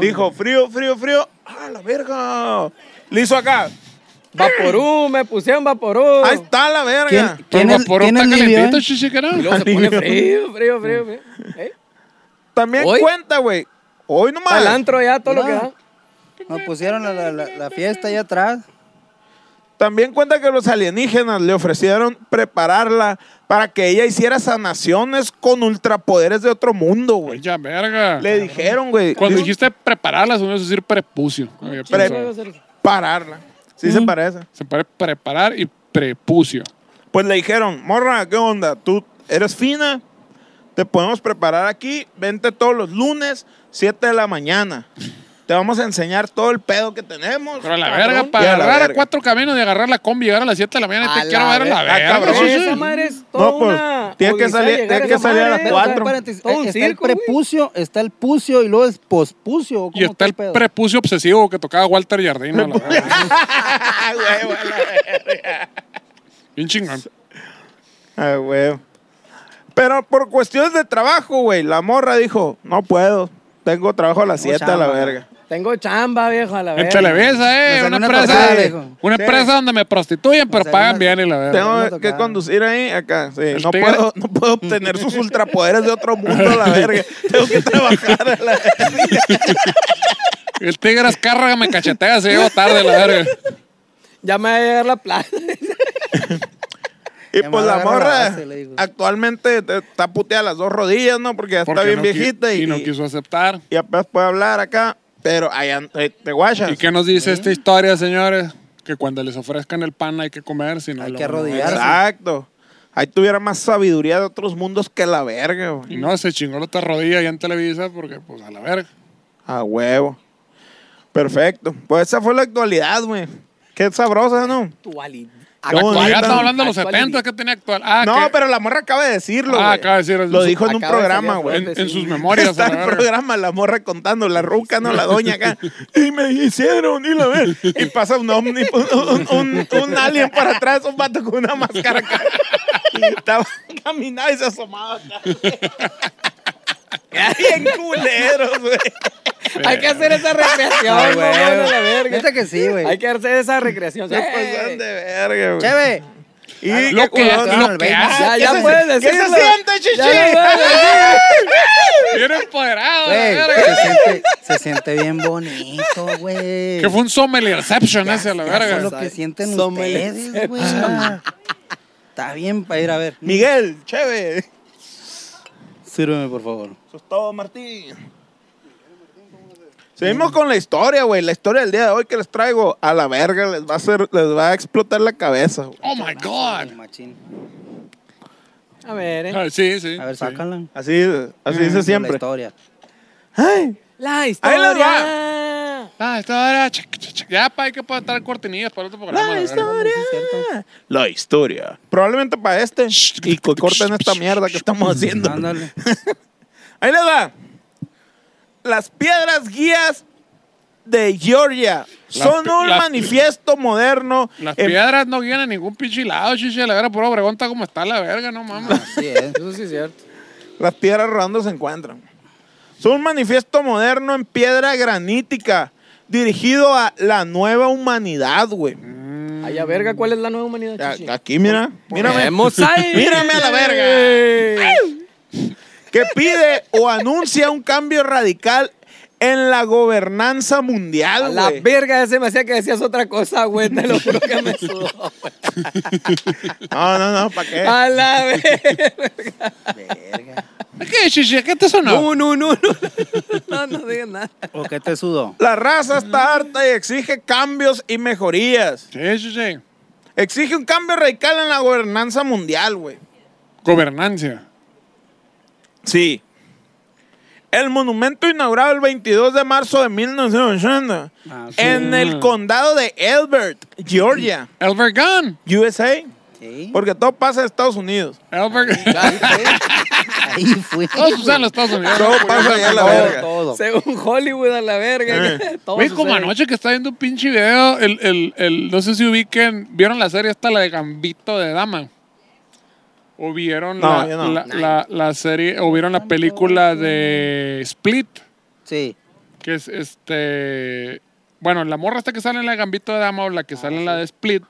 B: Dijo, frío, frío, frío. ¡Ah, la verga! Le hizo acá.
D: Vaporú, me pusieron vaporú.
B: Ahí está la verga.
C: ¿Quién-
A: Pero
C: ¿Quién el-
A: vaporón
C: quién
A: está
C: el libió,
A: calentito,
C: eh?
A: chichiquera.
D: Y luego se pone frío, frío, frío, frío. ¿Eh?
B: También
D: ¿Hoy?
B: cuenta, güey. Hoy nomás.
D: Al antro ya, todo lo que da.
C: Nos pusieron la, la- la- la fiesta ahí atrás.
B: También cuenta que los alienígenas le ofrecieron prepararla para que ella hiciera sanaciones con ultrapoderes de otro mundo, güey.
A: Oye, verga.
B: Le dijeron, güey.
A: Cuando
B: dijo,
A: dijiste prepararlas, uno es decir prepucio. Había
B: Pre-
A: pensado.
D: Mm.
B: pararla. Sí se parece.
A: Se puede preparar y prepucio.
B: Pues le dijeron, morra, ¿qué onda? Tú eres fina, te podemos preparar aquí, vente todos los lunes, 7 de la mañana. Te vamos a enseñar todo el pedo que tenemos.
A: Pero a la
B: cabrón.
A: verga,
B: Y
A: para
B: la
A: agarrar a
B: verga.
A: cuatro caminos de agarrar la combi, llegar a las 7 de la mañana,
C: A
A: te quiero
C: la
A: ver a la
B: verga,
A: verga.
B: cabrón.
A: sí, sí.
D: Esa madre es toda
B: No, pues,
D: una
B: tiene que
D: odisea
B: salir-
D: llegar
B: tiene
D: a
B: que
D: esa
B: salir a las
D: madre.
B: cuatro.
D: Todo un
C: Paréntesis,
D: circo,
C: Está el
D: güey.
C: prepucio, está el pucio y luego es pospucio.
A: Y
C: ¿cómo
A: está
C: qué
A: el
C: pedo?
A: prepucio obsesivo que tocaba Walter Jardín. a la verga.
B: Ah, huevo, a la verga.
A: Bien chingón.
B: Ay, Ah, güey. Pero por cuestiones de trabajo, güey, la morra dijo, no puedo, tengo trabajo a las
C: Tengo
B: 7 a la
C: chamba".
B: verga.
D: Tengo chamba, viejo, a la
A: En
D: verga.
A: Televisa,
C: Me
A: eh.
C: salió
A: Una
C: una
A: empresa,
C: torcida, dijo.
A: una
B: Sí.
A: empresa donde me prostituyen, pero
C: salió
A: pagan
C: una-
A: bien y la verga.
C: vamos a
B: Tengo que
C: tocar.
B: conducir ahí, acá, sí. No
A: tigre-
B: puedo, no puedo obtener sus ultrapoderes de otro mundo a la verga. Tengo que trabajar a la verga.
A: El tigre escarraga me cachetea si llego tarde, la verga.
D: Ya me va a llegar la plata.
B: Y
C: Ya me
B: pues
C: va a
B: la
C: agarrar la
B: morra
C: base, le digo.
B: actualmente te- está puteada las dos rodillas, ¿no? Porque ya está
A: Porque
B: bien
A: no qui-
B: viejita y,
A: y no quiso aceptar.
B: y apenas puede hablar acá. Pero allá te guachas.
A: ¿Y qué nos dice esta historia, señores? Que cuando les ofrezcan el pan hay que comer, si no
C: Hay
A: lo
C: que
A: van a
C: arrodillarse.
A: ver.
B: Exacto. Ahí tuviera más sabiduría de otros mundos que la verga, güey.
A: Y no, se chingó la otra rodilla allá en Televisa porque, pues, a la verga.
B: A huevo. Perfecto. Pues esa fue la actualidad, güey. Qué sabrosa, ¿no?
D: Actualidad.
B: Qué
A: Actual-
B: bonita.
A: ya estamos hablando de los
D: Actuality.
A: 70 que tenía actual. Ah,
B: no,
A: que-
B: pero la morra acaba de decirlo.
A: Ah,
B: güey.
A: acaba de decir en
B: Lo
A: su-
B: dijo en un
D: acaba de
B: programa,
D: salir
B: güey.
A: en, en sus
D: Sí.
A: memorias.
B: Está
A: a la
B: el
A: verga.
B: programa la morra contando, la ruca, no la doña acá. Y me hicieron, y la ver. Y pasa un ovni, un, un- un- un alien para atrás, un vato con una máscara acá. Y estaba caminando y se asomaba acá. Bien culeros, güey.
D: Hay que hacer esa recreación,
B: Ah,
C: Ay,
D: mamón, a
C: güey.
D: la verga.
C: Neta que sí, güey.
D: Hay que hacer esa Eh, recreación.
B: Se pasan de verga, güey.
C: Cheve.
B: Y
D: Ah,
A: Lo
B: qué
A: que-
B: culón.
A: lo
C: Claro,
A: que
C: el
A: hace-
D: Ya,
B: Ah, ¿Qué
D: ya
B: se-
D: puedes
B: ¿Qué
D: decirlo.
B: se siente, chichi?
D: Ya lo puedes decir.
A: Bien empoderado, la
C: Güey,
A: verga.
C: se siente, se siente bien bonito, güey.
A: Que fue un sommelierception ese, a la
C: Eso es
A: verga.
C: lo que sienten
D: Sommelier.
C: ustedes, güey. Está bien para ir a ver.
B: Miguel, chévere.
C: Sírveme, por favor.
B: Eso es todo, Martín. Seguimos con la historia, güey. La historia del día de hoy que les traigo a la verga les va a hacer, les va a explotar la cabeza. güey.
A: Oh my
C: El
A: god.
C: machín.
D: A ver, eh.
A: Ah, Sí, sí.
C: A ver,
A: sí.
C: sácala.
B: Así, así dice
C: Mm, La
B: siempre.
C: historia.
B: Ay,
D: La
B: Ahí les
D: historia.
A: La historia. cha, cha, cha. Ya, pa, hay que poder traer cortinillas para otro programa.
B: la
A: la verga.
B: historia.
C: Sí, cierto.
B: La historia. Probablemente para este. Y co- corten esta mierda que estamos haciendo.
C: Ándale.
B: Ahí les va. Las piedras guías de Georgia son
A: pi-
B: un
A: las-
B: manifiesto moderno.
A: Las
B: en-
A: piedras no guían a ningún pinche lado, chiche. La verga, puro pregunta cómo está la verga, no mames.
D: Ah.
C: Así
B: eh.
C: es.
D: Eso sí es cierto.
B: Las piedras rodando se encuentran. Son un manifiesto moderno en piedra granítica dirigido a la nueva humanidad, güey.
D: Allá verga, ¿cuál es la nueva humanidad,
B: A-
D: chichi?
B: Aquí, mira, mírame.
D: Vemos ahí.
B: Mírame a la verga. Que pide o anuncia un cambio radical en la gobernanza
D: A
B: mundial,
D: la
B: güey.
D: verga, ese me hacía que decías otra cosa, güey. Te lo juro que me sudó, güey.
B: No, no, no, ¿para qué?
D: A la verga.
C: Verga.
A: ¿Qué, chiche? ¿Qué te sonó?
D: No, no, no, no. No, no digas nada.
C: ¿O qué te sudó?
B: La raza está harta y exige cambios y mejorías.
A: Sí, chiche.
B: Exige un cambio radical en la gobernanza mundial, güey.
A: Gobernancia.
B: Sí. El monumento inaugurado el 22 de marzo de 1980
C: Ah, sí.
B: en el condado de Elbert, Georgia,
A: Albert Gunn.
B: USA,
C: Sí.
B: porque todo pasa en Estados Unidos.
A: Albert
C: Ahí fue. Ahí fue.
A: Todos usan los Estados Unidos.
B: Ah, Todo pasa allá a la verga.
C: Todo.
D: Según Hollywood, a la verga. Todo
A: Güey, como
D: sucede.
A: anoche que estaba viendo un pinche video, el, el, el, no sé si ubiquen, ¿vieron la serie esta, la de Gambito de Dama? ¿O vieron
B: No,
A: la,
B: yo no.
A: la, la- la serie, o vieron la película de Split?
C: Sí.
A: Que es este. Bueno, la morra esta que sale en la de Gambito de Dama o la que sale en la de Split,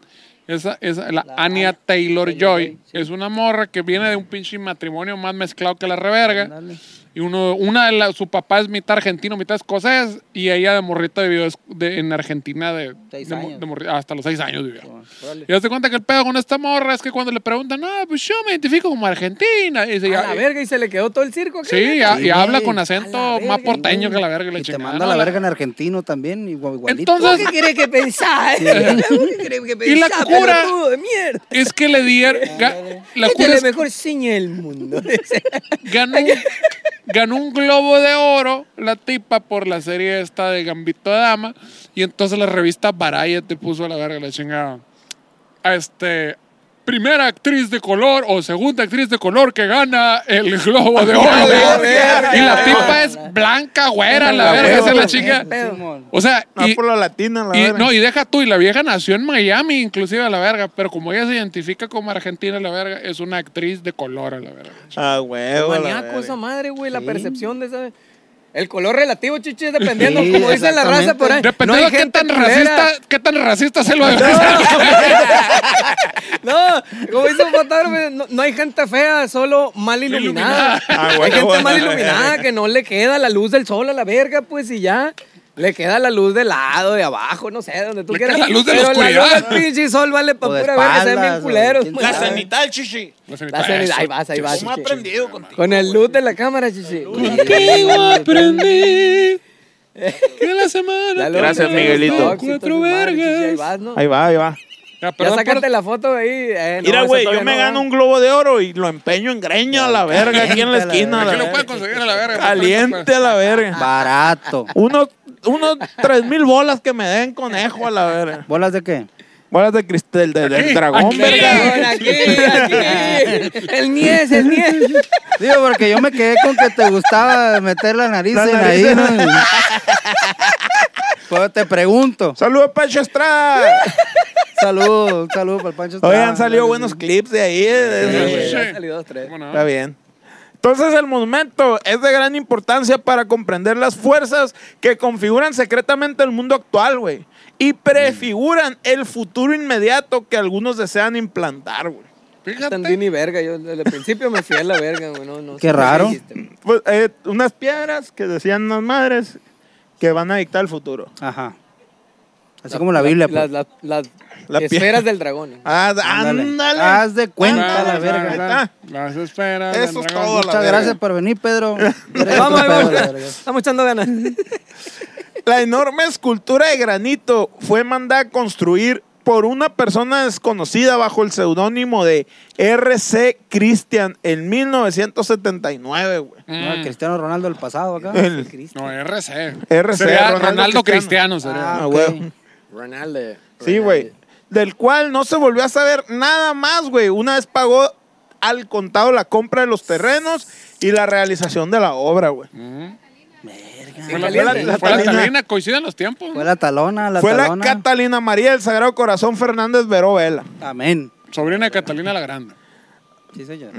A: esa, esa la, Anya Taylor Joy,
C: Taylor-Joy, sí.
A: es una morra que viene de un pinche matrimonio más mezclado que la reverga.
C: Ándale.
A: Y Y uno, una de la- su papá es mitad argentino, mitad escocés, y ella de morrita vivió es- de- en Argentina de,
C: Seis
A: de mo-
C: años.
A: de morri- hasta los seis años vivió.
C: Órale.
A: Y hace cuenta que el pedo con esta morra es que cuando le preguntan, no, pues yo me identifico como argentina. Y dice,
D: A
A: ya,
D: la
A: y-
D: verga, y se le quedó todo el circo. acá,
A: Sí,
D: neta.
A: y, a- y
C: Sí,
A: habla
C: güey.
A: con
D: A la
A: acento
D: verga,
A: más porteño que la verga y la
C: Y te
A: chingada,
C: manda
A: ¿no?
C: la verga en argentino también, igual- igualito.
A: Entonces-
D: ¿Qué quiere que pensar? ¿Qué quiere que
A: Y la
D: pensar,
A: cura-
D: pelotudo de mierda?
A: Es que le dieron. ga- la
D: Esta
A: cura
D: es
A: es-
D: la mejor seña del mundo. dice.
A: ganó, un- ganó un globo de oro la tipa por la serie esta de Gambito de Dama. Y entonces la revista Variety puso a la verga la chingada. A este. Primera actriz de color o segunda actriz de color que gana el globo de oro.
D: la
B: Ah, verga!
A: y la tipa es blanca, güera, la
B: La
A: verga, esa es la
B: hueva.
A: chica.
D: Pedo.
C: Simón.
A: O sea,
B: No pues
A: y-
B: Ah, por lo latino, la
A: Y,
B: verga.
A: no, y deja tú, y la vieja nació en Miami, inclusive a la verga, pero como ella se identifica como argentina a la verga, es una actriz de color a la verga.
B: Ah,
D: Qué eh.
B: huevo, la
D: maníaco
B: verga.
D: esa
B: Sí,
D: madre, güey, la
C: Sí.
D: percepción de esa. El color relativo, chichis, dependiendo,
C: Sí,
D: como dice la
C: exactamente.
D: raza por ahí. No
A: Dependiendo
D: hay
A: de qué
D: gente
A: tan
D: culera.
A: racista, qué tan racista se lo debe
D: No, como dice un fotógrafo, no, no hay gente fea, solo mal iluminada.
B: Ah,
D: hay
B: bueno,
D: gente
B: bueno.
D: mal iluminada que no le queda la luz del sol a la verga, pues, y ya. Le queda la luz de lado, de abajo, no sé, donde tú
A: Le
D: quieras.
A: queda la luz de la
D: Pero la luz
A: oscuridad.
D: del pinche sol vale
C: O
D: para
C: de
D: pura verga, se ven bien
C: espaldas, o de
D: culeros.
C: quién
D: pues,
E: La
D: ya ven.
E: cenita del chichi.
D: La sanidad, ahí vas, ahí vas,
E: ¿Cómo ha
D: chichi.
E: aprendido contigo?
D: Con el luz de la cámara, chichi.
A: Contigo aprendí que la semana.
D: Dale,
B: Gracias,
D: dale,
B: Miguelito.
D: dale, dale,
A: Cuatro
D: dale, dale,
A: vergas.
D: chichi, ahí vas, ¿no?
B: Ahí va, ahí va.
A: Ya,
D: Ya
A: Ah, perdón
D: sácate
A: por-
D: la foto ahí. eh, no,
B: Mira,
D: esa
B: güey, yo
D: todavía
B: me
D: no
B: gano
D: va.
B: un globo de oro y lo empeño en greña a la verga aquí en la esquina. a la
A: Aquí lo
B: verga.
A: pueden conseguir a la verga. por 30
B: Caliente
A: pesos.
B: a la verga.
C: Barato.
B: Unos, unos tres mil bolas que me den conejo a la verga.
C: ¿Bolas de qué?
B: Bolas de cristal, de- del dragón,
A: aquí.
B: verga.
D: Cabrón, Aquí, aquí. El Nies, el Nies.
C: Digo, porque yo me quedé con que te gustaba meter la nariz
B: La
C: en
B: nariz
C: ahí.
B: en-
C: ¿no? Pues te pregunto.
B: Saludos, Pancho Estrada.
C: Saludos, un saludo para el Pancho.
B: Hoy
C: Estrada.
B: han salido buenos clips de ahí. de- de-
A: Sí.
D: Ya salió dos, tres.
A: ¿Cómo no?
B: Está bien. Entonces el monumento es de gran importancia para comprender las fuerzas que configuran secretamente el mundo actual, güey. Y prefiguran el futuro inmediato que algunos desean implantar, güey.
D: Entendí
A: Fíjate.
D: ni verga. Yo desde el principio me fui a la verga, güey. No, no
C: Qué
D: sé
C: raro.
D: dijiste, güey.
B: Pues, eh, unas piedras que decían las madres que van a dictar el futuro.
C: Ajá. Así como la Biblia.
D: Las,
C: Pues.
D: las, las
B: La pie-
D: esferas del dragón.
B: Ah, d-
C: Ándale.
B: ándale.
C: Haz de cuenta
A: Ándale,
C: la verga.
A: ándale.
B: Ah,
A: Las esperas.
B: Eso
A: del
B: es
A: dragón.
B: todo, la
C: Muchas
B: verga.
C: gracias por venir, Pedro. Eres
D: Vamos,
C: otro
D: ahí
C: Pedro,
D: vamos.
C: la verga.
D: Estamos echando ganas.
B: La enorme escultura de granito fue mandada a construir por una persona desconocida bajo el seudónimo de R.C. Christian en 1979, güey.
C: No, el
A: Mm.
C: Cristiano Ronaldo del pasado acá.
B: El-
A: No, RC.
B: RC,
A: Sería
B: Ronaldo
A: Ronaldo,
B: Cristiano.
A: Cristiano.
C: Ah,
A: sería.
B: Ah,
C: ok.
B: güey.
D: Ronaldo.
B: Sí, güey. Del cual no se volvió a saber nada más, güey. Una vez pagó al contado la compra de los terrenos y la realización de la obra, güey.
A: Fue la,
D: Fue la-
A: fue
B: la
A: la
B: Catalina.
A: Catalina, coinciden los tiempos.
C: Fue la talona, la
B: Fue
C: talona.
B: la Catalina María del Sagrado Corazón Fernández Veró Vela.
C: Amén.
A: Sobrina de Catalina la Grande.
C: Sí, señor.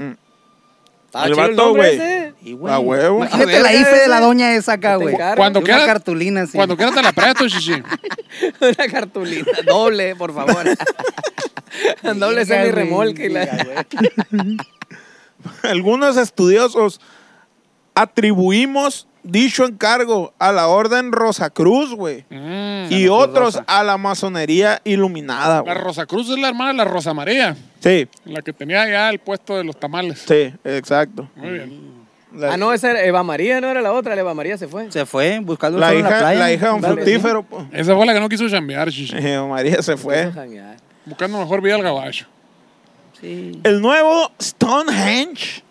D: Estaba
B: El
D: chido el
B: vato,
D: nombre
B: güey.
D: ese.
C: Y, güey,
B: Mm. A huevo.
D: A
C: Imagínate
D: ver,
C: la
D: a
C: IFE
D: ver,
C: de la
D: sí.
C: doña esa acá,
D: Te
C: güey.
D: encargo.
A: Cuando
C: Una
A: quieras-
C: cartulina así.
A: Cuando quieras te la presto, chichi.
D: Una cartulina. Doble, por favor. Doble
C: Venga,
D: semi
C: güey,
D: remolque. y
C: venga,
D: la-
C: güey.
B: Algunos estudiosos atribuimos dicho encargo a la Orden Rosacruz, güey.
A: Mm.
B: Y
C: Cruz
B: otros
C: Rosa.
B: a la masonería iluminada,
A: La
B: güey.
A: Rosa Cruz es la hermana de la Rosa María,
B: Sí,
A: la que tenía ya el puesto de los tamales.
B: sí, exacto.
A: Muy bien.
B: La,
D: Ah, no, esa era Eva María, no era la otra. La Eva María se fue.
C: Se fue buscando un
B: la
C: sol en
B: hija,
C: la playa.
B: la hija de un
C: Dale.
B: fructífero, po.
A: Esa fue la que no quiso chambear, chichi.
B: Eh, María se fue.
A: Buscando mejor vida al gabacho.
C: Sí.
B: El nuevo Stonehenge,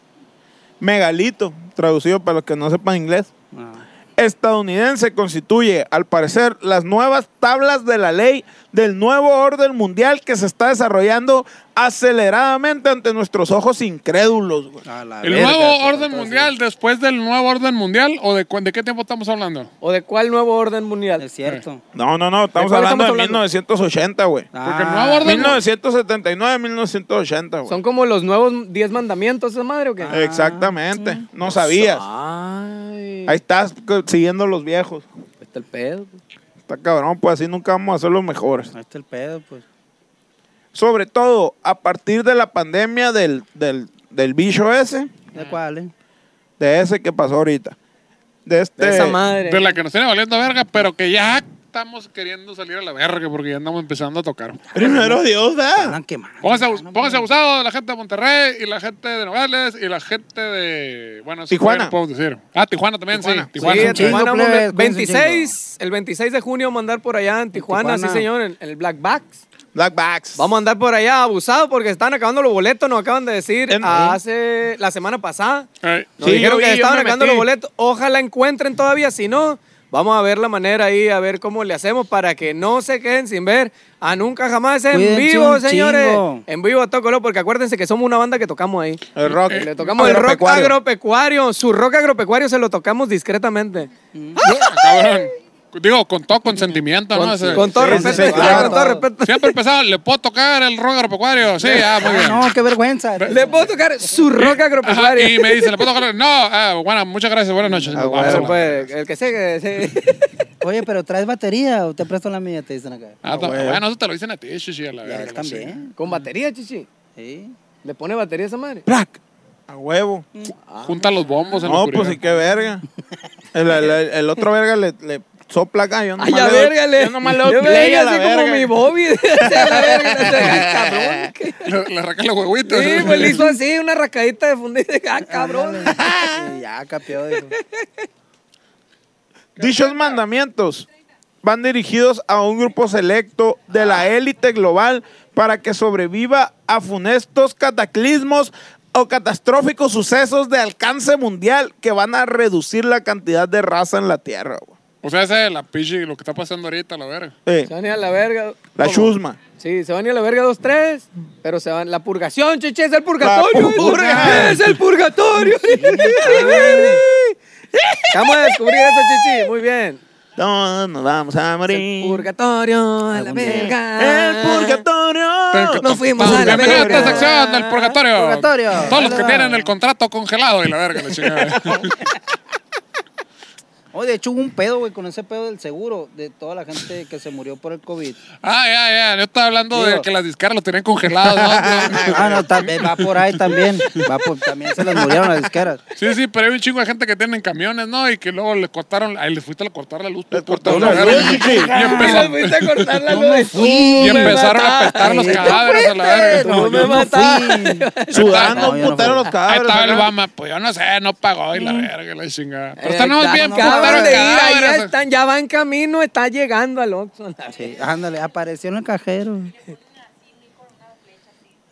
B: megalito, traducido para los que no sepan inglés,
C: Ah.
B: estadounidense constituye, al parecer, las nuevas tablas de la ley del nuevo orden mundial que se está desarrollando aceleradamente ante nuestros ojos incrédulos. güey.
C: A la
A: ¿El
C: verga, pues,
A: nuevo
C: te
A: orden
C: faltó
A: mundial después del nuevo orden mundial o de, cu- de qué tiempo estamos hablando?
D: ¿O de cuál nuevo orden
C: decir.
D: mundial?
C: Es cierto.
B: No, no, no, estamos
D: ¿De cuál
B: hablando de
D: estamos hablando?
B: 1980, güey.
A: Eh, Porque
C: Ah,
A: el nuevo orden
B: 1979, 1980,
A: Ah,
B: güey.
D: ¿Son como los nuevos 10 mandamientos esa madre o qué?
B: Exactamente, no sabías.
D: Ay,
B: Ahí estás c- siguiendo los viejos.
D: está el pedo. pues.
B: Está cabrón, pues así nunca vamos a ser los mejores.
C: Ahí está el pedo, pues.
B: Sobre todo a partir de la pandemia del, del, del bicho ese,
A: Ah.
C: ¿De cuál, eh?
B: de ese que pasó ahorita. De este.
D: De esa madre.
A: De la que nos tiene valiendo verga, pero que ya estamos queriendo salir a la verga porque ya andamos empezando a tocar.
B: Primero Dios, ¿eh?
A: Ah.
C: Andan quemando.
A: Pónganse, abus-
C: No,
A: pónganse abusados de la gente de Monterrey y la gente de Nogales y la gente de. Bueno, sí,
B: Tijuana.
A: podemos decir. Ah, Tijuana también, sí. Tijuana.
D: Sí,
C: un chingo,
D: Tijuana,
C: plebes,
D: hombre.
C: cuídense un
D: 26, el 26 de junio vamos a andar por allá en Tijuana,
C: Tijuana.
D: sí señor, en en el Black Box.
B: Blackbacks.
D: Vamos a andar por allá abusados porque están acabando los boletos, nos acaban de decir ah,
B: En-
D: hace la semana pasada.
A: Eh,
D: Nos
B: Sí,
D: dijeron
B: yo vi,
D: que
B: yo
D: estaban
B: me
D: acabando
B: metí.
D: los boletos. Ojalá encuentren todavía. Si no, vamos a ver la manera ahí, a ver cómo le hacemos para que no se queden sin ver a nunca jamás en
C: Cuídense
D: vivo,
C: un
D: señores.
C: chingo.
D: En vivo a todo color, porque acuérdense que somos una banda que tocamos ahí.
B: El rock.
D: Le tocamos el rock
B: Agropecuario.
D: agropecuario. Su rock agropecuario se lo tocamos discretamente.
A: ah, cabrón. Digo, con todo consentimiento,
D: Con,
A: ¿no? Ese-
D: con todo
B: sí,
D: respeto,
B: sí, sí,
D: claro,
B: claro.
D: con todo respeto.
A: Siempre empezaba, ¿le puedo tocar el rock agropecuario? Sí, ah, muy
C: Ah,
A: bien.
C: no, qué vergüenza.
D: Le puedo tocar su rock
A: Ajá,
D: agropecuario.
A: y me dice, ¿le puedo tocar? No, ah, bueno, muchas gracias, buenas noches.
B: Ah,
A: Vamos a
D: Bueno,
A: la-
D: pues, el que sea, que sea.
C: Oye, pero ¿traes batería o te presto la mía? Te dicen acá.
A: Ah, ta-
B: bueno.
A: bueno, eso te lo dicen a ti, Shishi, a la
C: Ya
A: verga.
C: están
A: sí.
C: bien.
D: Con batería, chichi.
C: Sí.
D: ¿Le pone batería a esa madre?
B: Black. A huevo.
D: Mm.
C: Ah,
A: Junta los bombos en la
B: No,
A: oscuridad.
B: pues sí, qué verga. El, el- el- el otro verga le, le sopla acá. Yo nomás
D: Ay, a
B: le doy-
D: verga, le.
B: Yo nomás le doy
D: yo me
B: play
D: veía
B: a la
D: así como
B: verga.
D: mi Bobby. así a la verga, no sé, ay, cabrón. ¿qué?
A: Le, le arranca los huevitos.
D: Sí, pues le hizo así, una rascadita de fundida. Ah, cabrón.
A: Ah.
C: Ándale. Sí, ya, capeó. dijo.
B: Dichos mandamientos van dirigidos a un grupo selecto de la
D: Ah.
B: élite global para que sobreviva a funestos cataclismos o catastróficos sucesos de alcance mundial que van a reducir la cantidad de raza en la Tierra. güey.
A: O sea, ese es la pichi, lo que está pasando ahorita, la verga.
B: Eh,
D: Se van a ir a la verga.
B: la
D: ¿Cómo?
B: chusma.
D: Sí, se van a ir a la verga dos, tres, pero se van. La purgación, chichi, es el purgatorio.
B: La purga.
D: Es el purgatorio. Vamos a descubrir eso, chichi. Muy bien.
B: No, nos vamos a
D: Es
B: morir.
D: El purgatorio, a la
C: Algún día.
D: verga.
B: El purgatorio.
D: Nos fuimos a la
A: Bienvenido
D: verga.
A: a esta sección del purgatorio.
C: Purgatorio.
A: Todos los que
C: Hola.
A: tienen el contrato congelado y la verga, la chingada.
C: Oye, Oh, de hecho hubo un pedo, güey, con ese pedo del seguro de toda la gente que se murió por el COVID.
A: ah, ya, ya. Yo estaba hablando de
C: Digo.
A: que las discaras los tenían congelados. ¿no?
C: Ah, no, también, va por ahí también. Va por, también se les murieron las disqueras.
A: Sí, sí, pero hay un chingo de gente que tienen camiones, ¿no? Y que luego le cortaron, ahí les fuiste a cortar la luz. tú,
B: Les cortaron
A: puto,
B: la
A: verga.
B: luz,
A: Y
B: chichi.
D: Me
A: empezó-
D: fuiste a cortar la
C: No me
D: luz.
C: fui.
A: y empezaron a apestar los
C: Ay,
A: cadáveres a la
C: fuiste.
A: verga.
D: No me
C: yo
D: mataste.
C: fui.
B: Sudando,
C: No, yo no
B: un putero
C: fui.
B: los
A: Ahí
B: cadáveres.
A: estaba el
B: acá.
A: Obama, pues yo no sé, no pagó y la verga, la chingada. Pero están
D: Ahí
A: nomás
D: está,
A: bien
D: acaban
A: putaron
D: de ir, ahí
A: cadáveres.
D: ya están, ya van camino, está llegando al Oxxo.
C: Sí, ándale, apareció en el cajero.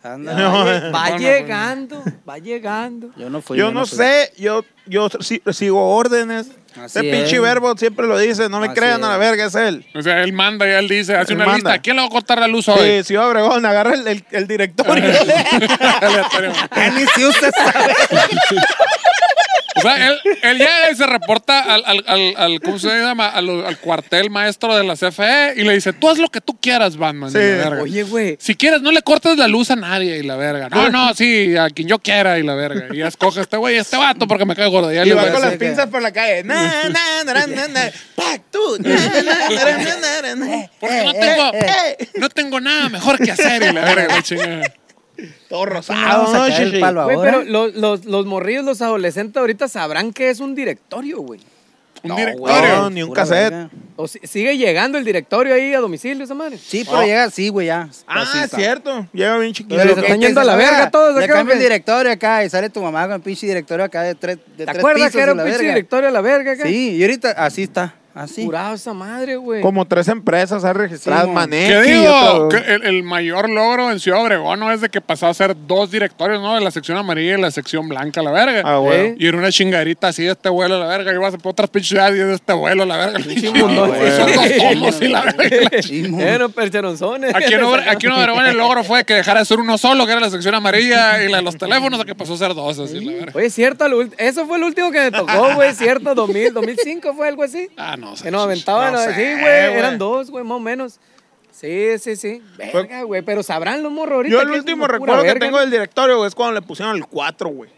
C: Ándale.
B: No, eh.
D: Va
A: Bueno,
D: llegando, va llegando.
C: pues, Yo no fui.
B: Yo no
C: fui.
B: sé, yo, yo si- sigo órdenes.
C: Así
B: Ese pinche
C: es.
B: verbo siempre lo dice, no me
C: Así
B: crean a la
C: es.
B: verga, es él.
A: O sea, él manda y él dice, hace
B: Él
A: una
B: manda.
A: lista. ¿Quién le va a cortar la luz
B: Sí,
A: hoy?
B: sí, Obregón, agarra el, el- el directorio.
A: Aleatorio.
C: Ah, ni si usted sabe.
A: o sea, él, él ya se reporta al, al, al, al- ¿cómo se llama? Al, al cuartel maestro de la CFE y le dice, tú haz lo que tú quieras, Batman. y la
B: Sí.
A: verga.
D: Oye, güey.
A: Si quieres, no le cortes la luz a nadie y la verga. No, no, sí, a quien yo quiera y la verga. Y ya escoge a este güey, a este vato porque me cae gordo. Ya
B: y
A: le
B: va
A: voy a
B: con las
A: hacer-
B: pinzas por la calle. Na, na, na, na, na, pac, tú, na, na, na, na, na, na, na.
A: Porque no
C: Eh,
A: tengo,
C: eh,
A: no tengo nada mejor que hacer y la verga, la chingada.
B: Todo
C: Vamos
B: rosado,
C: a
B: ¿no,
C: sacar el
B: chichi?
C: palo
D: Güey, pero
C: ahora.
D: los, los, los morrillos, los adolescentes ahorita sabrán que es un directorio, güey.
A: Un
D: No,
A: directorio.
B: No, ni un
C: Pura
B: cassette.
C: verga.
D: O si- sigue llegando el directorio ahí a domicilio, esa madre.
C: Sí, pero llega así, güey, ya. Así
B: Ah,
C: está.
B: cierto. Llega bien chiquito.
D: Pero se están yendo a la verga todos,
C: Le
D: acá,
C: cambio el
D: güey.
C: directorio acá y sale tu mamá con el pinche directorio acá de tres
D: ¿Te
C: de tres
D: acuerdas
C: pisos
D: que era
C: y
D: un
C: la
D: pinche
C: verga?
D: directorio a la verga, acá?
C: Sí, y ahorita así está, así.
D: Curado esa madre, güey.
B: Como tres empresas han registrado
C: Sí,
B: Manequi
A: ¿Qué
B: y
A: digo?
B: otro-
A: Que el, el mayor logro en Ciudad Obregón no es de que pasó a ser dos directorios, ¿no? De la sección amarilla y la sección blanca, la verga.
B: Ah,
D: güey.
B: güey.
A: Y era una chingarita así de este vuelo, la verga. Ibas a por otras pinches ciudades y es de este vuelo, la verga.
D: mundón.
A: Y son dos tomos y la verga.
C: Sí, mo-
D: Bueno, percheronzones.
A: Aquí en, Obre- aquí en Obregón el logro fue que dejara de ser uno solo, que era la sección amarilla, y la de los teléfonos, a que pasó a ser dos, así, la verga.
D: Oye, es cierto, lo ulti- eso fue el último que me tocó, güey, es cierto, 2000, 2005 fue algo así.
A: Ah, no sé.
D: Que nos aventaban,
B: No
D: a-
B: sé,
D: sí, güey,
B: güey.
D: eran dos, güey, más o menos. Sí, sí, sí. Verga, güey, pero sabrán los morros ahorita.
B: Yo el
D: que es
B: último
D: una pura
B: recuerdo que
D: verga,
B: tengo
D: ¿no?
B: del directorio güey, es cuando le pusieron el 4, güey.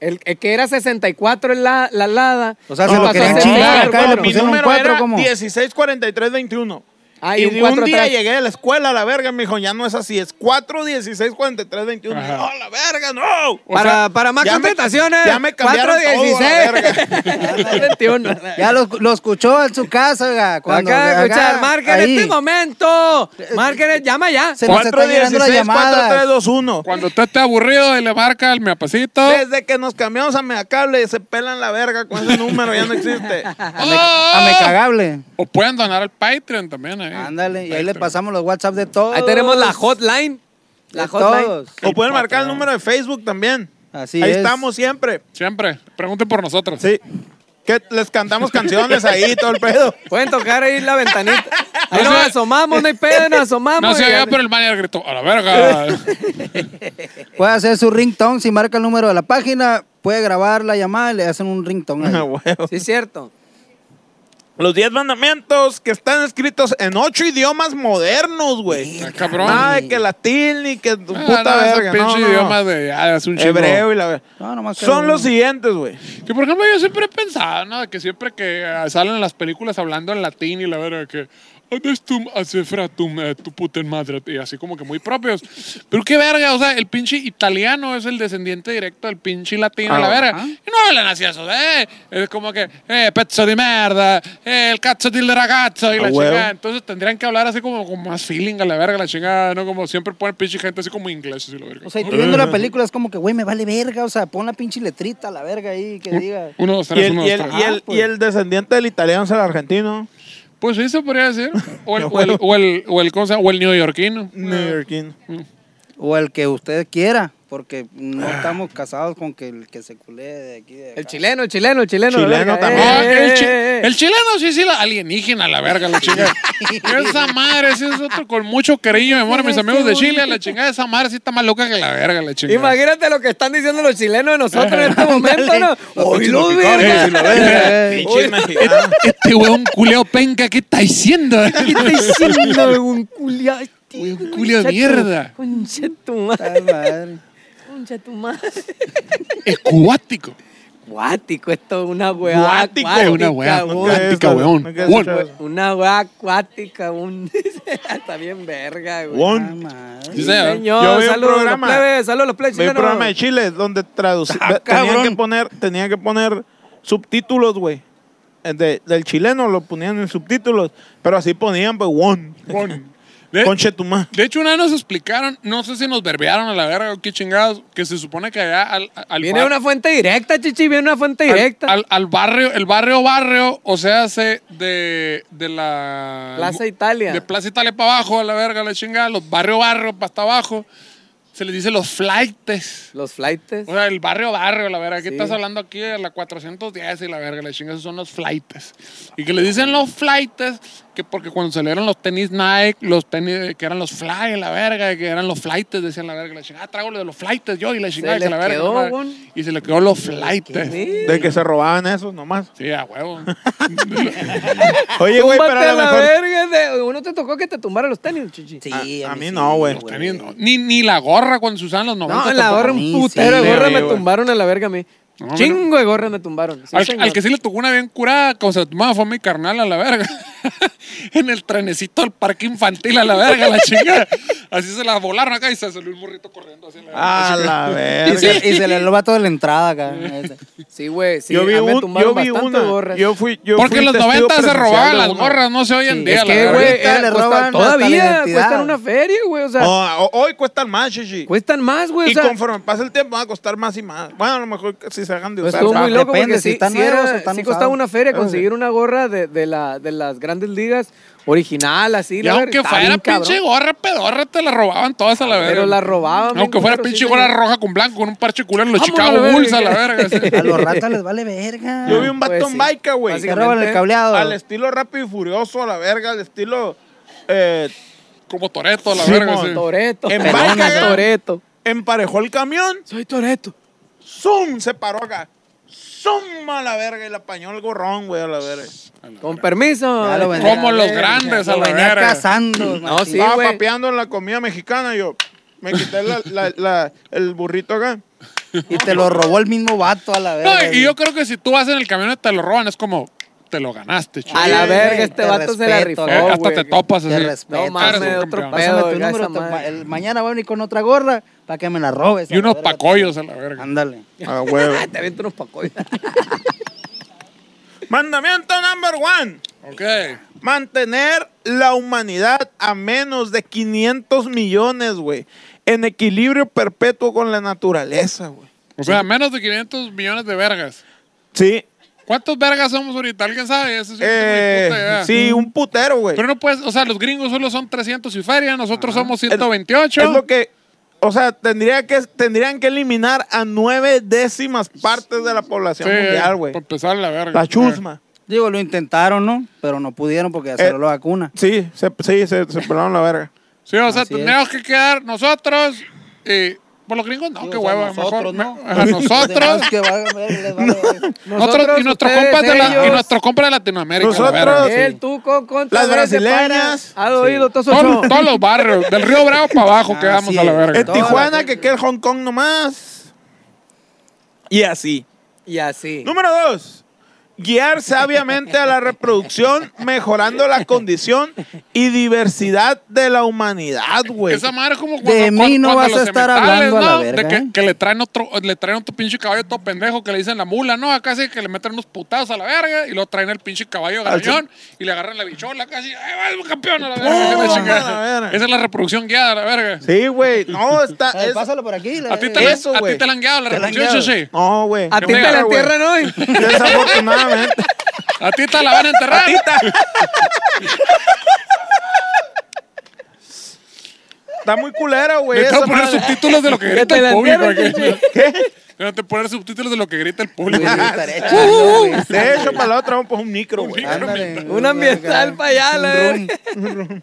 D: El, el que era 64 en la, la lada.
C: O sea,
D: y
C: se lo
D: pasó a
C: querían
D: ser
C: chingar
D: cuatro,
C: acá y le
D: cuatro.
B: Mi
C: pusieron un
B: número
C: cuatro,
B: era
C: ¿cómo?
B: 164321.
D: Ah, y
B: y
D: un
B: de un,
D: cuatro
B: día
D: atrás.
B: llegué a la escuela, a la verga, me dijo, ya no es así, es 4, 16, 43, 21.
A: Ajá.
B: No, la verga, no.
D: Para, para más
B: ya me-
D: contrataciones.
B: ya me cambiaron todo, a la
D: 416. 21.
C: Ya lo, lo escuchó en su casa, oiga. Cuando
D: Acá,
C: acá,
D: escuchar, marquen en
C: ahí.
D: este momento. Marquen, llama ya.
C: Se nos está llegando
B: 4,
C: la
B: 3,
C: llamada.
B: 2, 1.
A: Cuando usted esté aburrido y le marca el miapacito.
B: Desde que nos cambiamos a Megacable, se pelan la verga con ese número, ya no existe.
C: A me cagable.
A: ¡oh! O pueden donar al Patreon también ahí.
C: Ándale, y ahí le
A: Patreon.
C: pasamos los WhatsApp de todos.
D: Ahí tenemos la hotline. La
C: De
D: hotline.
C: todos.
B: O pueden marcar el número de Facebook también.
C: Así
B: Ahí
C: es.
B: estamos siempre.
A: Siempre. Pregunten por nosotros.
B: Sí. Que les cantamos canciones ahí, todo el pedo.
D: Pueden tocar ahí la ventanita. Ahí
A: No
D: nos
A: se-
D: asomamos, no hay pedo, nos asomamos.
A: No se
D: Y-
A: oía, pero el manager gritó, a la verga. Ah,
C: Puede hacer su ringtone si marca el número de la página. Puede grabar la llamada y le hacen un ringtone. ahí.
B: Ah, huevo.
D: Sí, es cierto.
B: Los 10 mandamientos que están escritos en ocho idiomas modernos, güey.
A: Ah, cabrón.
B: Nada de que latín ni que
A: Ah,
B: puta
A: no, esos
B: verga. No,
A: pinches
B: no, no.
A: idiomas de ah, es un chingo.
B: Hebreo y la verga.
C: No, nomás que
B: Son
C: uno.
B: los siguientes, güey.
A: Que por ejemplo yo siempre he pensado, ¿no? Que siempre que ah, salen las películas hablando en latín y la verga que Adestum acefratum eh, tu puten madre y así como que muy propios. Pero qué verga, o sea, el pinche italiano es el descendiente directo del pinche latino,
B: Ah,
A: la verga.
C: ah.
A: Y no hablan así eso, eh. Es como que, eh, pezzo de merda, eh, el cazzo del ragazzo y
B: A
A: la
B: huevo.
A: chingada. Entonces tendrían que hablar así como con más feeling a la verga, la chingada, ¿no? Como siempre ponen pinche gente así como inglés, así la verga.
C: O sea, y tú viendo la película es como que, güey, me vale verga. O sea, pon la pinche letrita a la verga ahí que diga.
A: Uno, dos,
B: Y
A: tres,
B: el,
A: uno,
B: y
A: dos,
B: el-
A: tres. Ah,
B: y el- y el descendiente del italiano es el argentino.
A: Pues sí, se podría decir. O el, o el, o el, o el, ¿cómo se llama? O el neoyorquino.
B: Eh. neoyorquino.
C: O el que usted quiera, porque no estamos casados con que el que se culé de aquí. de
D: El
C: acá.
D: chileno, el chileno, el chileno. la
B: Chileno
D: verga.
B: también.
A: No,
D: Eh,
A: Ah, que el, chi-
D: eh, eh.
A: el chileno sí, sí, la alienígena, la verga, la chingada. esa madre, ese es otro con mucho cariño, mi amor, a mis amigos de Chile, la chingada esa madre sí está más loca que la verga, la chingada.
D: eh. Imagínate lo que están diciendo los chilenos de nosotros en este momento, ¿no? Hoy lo verga.
C: Sí, lo verga.
B: Pinche mexicano.
A: Este weón culeo penca, ¿qué está diciendo?
D: ¿Qué está diciendo un culia?
A: Uy, un culio de mierda.
D: Concha tu madre.
C: Ay, madre.
D: Concha tu madre.
A: Es cubático.
D: Cuático, esto es una weá.
B: Guático,
A: Es
D: acuática,
A: una weá
D: un-
B: Nunca he
A: cuántica,
B: escuchado-
A: weón.
B: nunca he escuchado
A: Weón.
B: eso.
D: Una weá acuática, un. Está bien verga, güey.
B: One.
C: Ay, madre.
A: Sí, señor.
D: Señor,
B: Yo vi un
D: saludos a los
B: programa.
D: plebes, saludos a los plebes
B: Vi un
D: chilenos.
B: programa de Chile donde traducía. tenían,
C: Ah, cabrón.
B: que poner, tenían que poner subtítulos, güey. Eh, de- del chileno lo ponían en subtítulos. Pero así ponían, pues, one.
A: Con- de-
B: Conche tu madre.
A: De hecho, una vez nos explicaron, no sé si nos verbearon a la verga o qué chingados, que se supone que allá al, al
D: Viene
A: bar-
D: una fuente directa, chichi, viene una fuente
A: al-
D: directa.
A: Al, al barrio, el barrio barrio, o sea, se de, de la...
D: Plaza Italia.
A: De Plaza Italia para abajo, a la verga, la chingada, los barrio barrio para hasta abajo, se les dice los flightes.
D: Los flightes.
A: O sea, el barrio barrio, la verga. Aquí
D: Sí.
A: estás hablando aquí de la 410 y la verga, la chingada, esos son los flightes. Y que le dicen los flightes, que porque cuando salieron los tenis Nike, los tenis eh, que eran los fly, la verga, que eran los flightes, decían la verga, la chingada, ah, trago lo de los flightes yo y la chingada, que
D: les
A: la verga.
D: quedó,
A: la verga.
D: güey.
A: y se le quedó los flightes.
D: Sí.
B: De que se robaban eso nomás.
A: Sí, a huevo.
B: Oye, güey, pero
D: Túmbate
B: a
D: a
B: lo
D: la
B: mejor.
D: verga. de- Uno te tocó que te tumbaran los tenis, chichi.
C: Sí,
B: A- a mí
C: sí,
B: no, güey.
A: Está bien, ¿no? Ni, ni la gorra cuando se usaban los 90.
D: No, en la
A: tampoco.
D: gorra
C: A
D: un
C: mí
D: putero
C: sí,
D: de gorra
B: güey,
D: me
B: güey.
D: tumbaron a la verga a mí.
A: No, mira.
D: Chingo de gorra me tumbaron. Sí,
A: Al,
D: señor.
A: al que sí le tocó una bien curada, cuando se tomaba fue mi carnal a la verga. en el trenecito del parque infantil a la verga, la chingada. Así se la volaron acá y se salió un burrito corriendo hacia la
D: Ah,
A: verga.
B: A la
C: Y
B: verga.
C: se, y se le lo va toda la entrada acá. este.
D: Sí, güey, sí,
B: yo vi,
D: a mí me
B: un-
D: tumbaron
B: yo vi
D: bastante
B: una.
D: gorras.
B: Yo fui, yo
A: Porque
B: fui
A: en los
B: testigo
A: 90 se
B: presencial
A: robaban
B: de
A: las
B: uno.
A: gorras, no se hoy en
C: Sí,
A: día.
C: es
A: la
C: que,
A: verga.
C: güey,
D: era- costa-
C: le roban hasta la
D: Eh, todavía
C: identidad.
D: cuestan una feria, güey, o sea,
B: No, ho- hoy cuestan más, chichi.
D: cuestan más, güey, o
B: y
D: sea,
B: conforme pasa el tiempo va a costar más y más. Bueno, a lo mejor que si se hagan de
D: pues
B: usar.
D: estuvo
B: ¿sabes?
D: muy loco
C: Depende,
D: porque
C: si
D: sí,
C: están
D: sí
C: nuevos
D: era-
C: o están
D: sí costaba
C: usados. Eh.
D: una feria conseguir una gorra de, de, la, de las grandes ligas original, así.
A: Y
D: la verga,
A: aunque
D: estaba
A: fuera
D: bien cabrón.
A: pinche gorra pedorra, te la robaban todas a la verga.
D: Pero la robaban. bien
A: Aunque fuera
D: culero, sí,
A: pinche gorra
D: señor.
A: roja con blanco, con un parche culero, los
D: Vámonos
A: Chicago
D: a la
A: Bulls a la
D: verga.
A: verga. sí.
C: A los ratas les vale verga.
B: Yo vi un vato
D: Pues
B: en
D: sí.
B: baica, güey.
C: Que roban el cableado.
B: Al estilo rápido y furioso, a la verga, al estilo. eh,
A: Como Toreto a la
B: Sí,
A: verga.
B: mon,
A: sí.
D: Toreto.
B: En
D: perdón,
B: Valga,
D: es
B: ¿eh?
D: Toreto.
B: emparejó el camión,
D: Soy Toreto.
B: ¡zum! Se paró acá. ¡zum! A la verga, y le apañó el gorrón, güey, a la verga.
D: Con permiso.
C: Pues, Ya lo
D: Como
C: venía-
A: Como los grandes a
C: lo
A: la
C: venía
A: verga.
C: cazando.
D: No, sí,
B: Estaba
D: güey.
B: papeando en la comida mexicana, yo. Me quité la- la- la- el burrito acá.
C: Y te lo robó el mismo vato a la verga.
A: No, y yo creo que si tú vas en el camión y te lo roban, es como, te lo ganaste, chico.
D: A la verga, este
C: Te
D: vato se la
C: respeto,
D: rifó,
A: Eh,
C: no,
A: hasta
D: güey.
A: te topas
C: Te
A: así.
C: respeto.
A: Eres
D: No mames,
A: un
D: otro
A: campeón.
D: pedo.
C: Pásame tu
D: oiga,
C: número.
D: esa
C: te-
D: madre.
C: el, mañana va a venir con otra gorra para que me la robes. a
A: Y
C: la
A: unos
C: verga.
A: pacollos a la verga.
C: Ándale.
B: A huevo.
D: Ah, Te aviento unos pacoyos.
B: Mandamiento number one.
A: Ok.
B: Mantener la humanidad a menos de 500 millones, güey. En equilibrio perpetuo con la naturaleza, güey.
A: O sea, menos de 500 millones de vergas.
B: Sí.
A: ¿Cuántos vergas somos ahorita? ¿Alguien sabe? Eso sí, no tengo ni puta
B: Eh,
A: idea.
B: sí, un putero, güey.
A: Pero no puedes, o sea, los gringos solo son 300 y feria, nosotros somos 128.
B: Es lo que. O sea, tendría que, tendrían que eliminar a nueve décimas partes de la población mundial, güey.
A: Para empezar la verga.
B: La chusma.
C: Digo, lo intentaron, ¿no? Pero no pudieron porque ya
B: Eh.
C: se la vacuna.
B: Sí, se, sí, se, se pelaron la verga.
A: Sí, o sea,
C: Así
A: tendríamos que quedar nosotros y. Por los gringos, no,
C: Sí,
A: qué
C: o sea,
A: hueva. mejor,
C: Nosotros, ¿no?
A: me- ajá, nosotros.
C: Que valga ver, les vale ver.
A: Nosotros y nuestros
D: ustedes,
A: compas de la,
D: ellos,
A: y nuestros compas de Latinoamérica.
B: Nosotros,
A: la verga.
B: Sí.
D: Él, tú, con, contra
B: Las
D: de ese
B: brasileñas.
D: pana. ¿Has oído todos esos
A: Todos,
D: shows?
A: todos los barrios, del Río Bravo para abajo
C: Así
A: quedamos a la
C: es.
A: verga.
B: En
C: Toda la
B: Tijuana,
C: gente.
B: que quede el Hong Kong nomás. Y así.
D: Y así.
B: Número dos. Guiar sabiamente a la reproducción, mejorando la condición y diversidad de la humanidad, güey.
A: Esa madre es como
C: De mí no vas
A: los
C: a estar
A: sementales,
C: hablando a la verga,
A: De que,
C: ¿eh?
A: que le traen otro, le traen otro pinche caballo todo pendejo que le dicen la mula, ¿no? Acá sí que le meten unos putazos a la verga y lo traen el pinche caballo
C: Ah,
B: Al
A: garañón y le agarran la bichola casi. ¡Ay, va, campeón! A la
B: Oh,
A: verga, que la chingada.
B: a la verga.
A: Esa es la reproducción guiada, a la verga.
B: Sí, güey. No, está.
C: Eh,
B: es-
C: Pásalo por aquí. la
A: a ti te,
C: verga.
A: la-
B: eso,
A: a ti
B: güey.
A: te la han guiado la
C: Eh, Te la han
A: reproducción,
C: guiado.
A: sí.
B: No, güey.
C: Ah,
D: A ti te
A: Mira,
D: la
B: güey.
D: entierran hoy.
B: Desafortunadamente.
A: A ti te la van a enterrar.
B: Está muy culera, güey.
A: Necesito
B: esa
A: poner
B: madre.
A: subtítulos de lo que grita
D: te la
A: el público.
D: entierren,
A: aquí.
D: pinche.
A: Necesito poner subtítulos de lo que grita el
C: Güey,
A: público.
C: estaré echando, güey.
B: De hecho, para la otra vamos a poner un micro, güey.
A: micro.
C: Ándale.
D: Uh, Un ambiental para allá, la
C: Un
D: verga.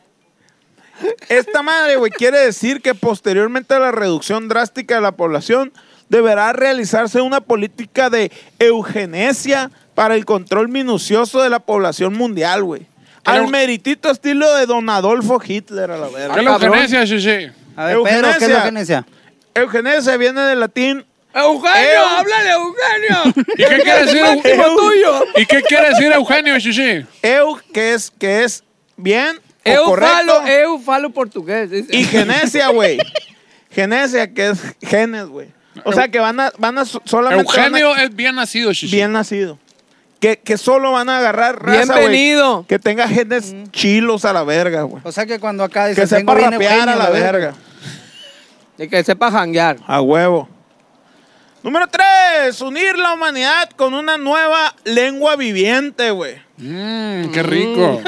B: Esta madre, güey, quiere decir que posteriormente a la reducción drástica de la población, deberá realizarse una política de eugenesia para el control minucioso de la población mundial, güey. Al
A: Pero-
B: meritito estilo de don Adolfo Hitler, a la
A: ¿Qué
B: verga.
A: es la
D: cabrón.
A: eugenesia, Shishi?
C: A ver, Pedro, ¿qué es la genesia?
B: Eugenesia viene del latín
D: Eugenio,
B: Eu-
D: háblale, Eugenio.
A: ¿Y qué quiere decir
D: Es
A: Eu-
D: íntimo tuyo.
A: ¿Y qué quiere decir Eugenio, Shishi?
B: eu, que es, que es bien o
D: Eu
B: correcto.
D: falo,
A: eh.
D: eu falo portugués. dice.
B: Y genesia, güey. Genesia, que es genes, güey. O sea, que van a, van a so- solamente... van a-
A: Eugenio es bien nacido, Shishi.
B: bien nacido. Que, que solo van a agarrar raza, güey.
D: Bienvenido.
B: Que tenga genes chilos a la verga, güey.
C: O sea que cuando acá dicen
B: Que sepa
C: Mm. Pues "Tengo bien
B: rapear a
C: Eugenio",
B: la verga.
D: Y que sepa janguear.
B: A huevo. Número tres, unir la humanidad con una nueva lengua viviente, güey.
A: Mmm, qué rico.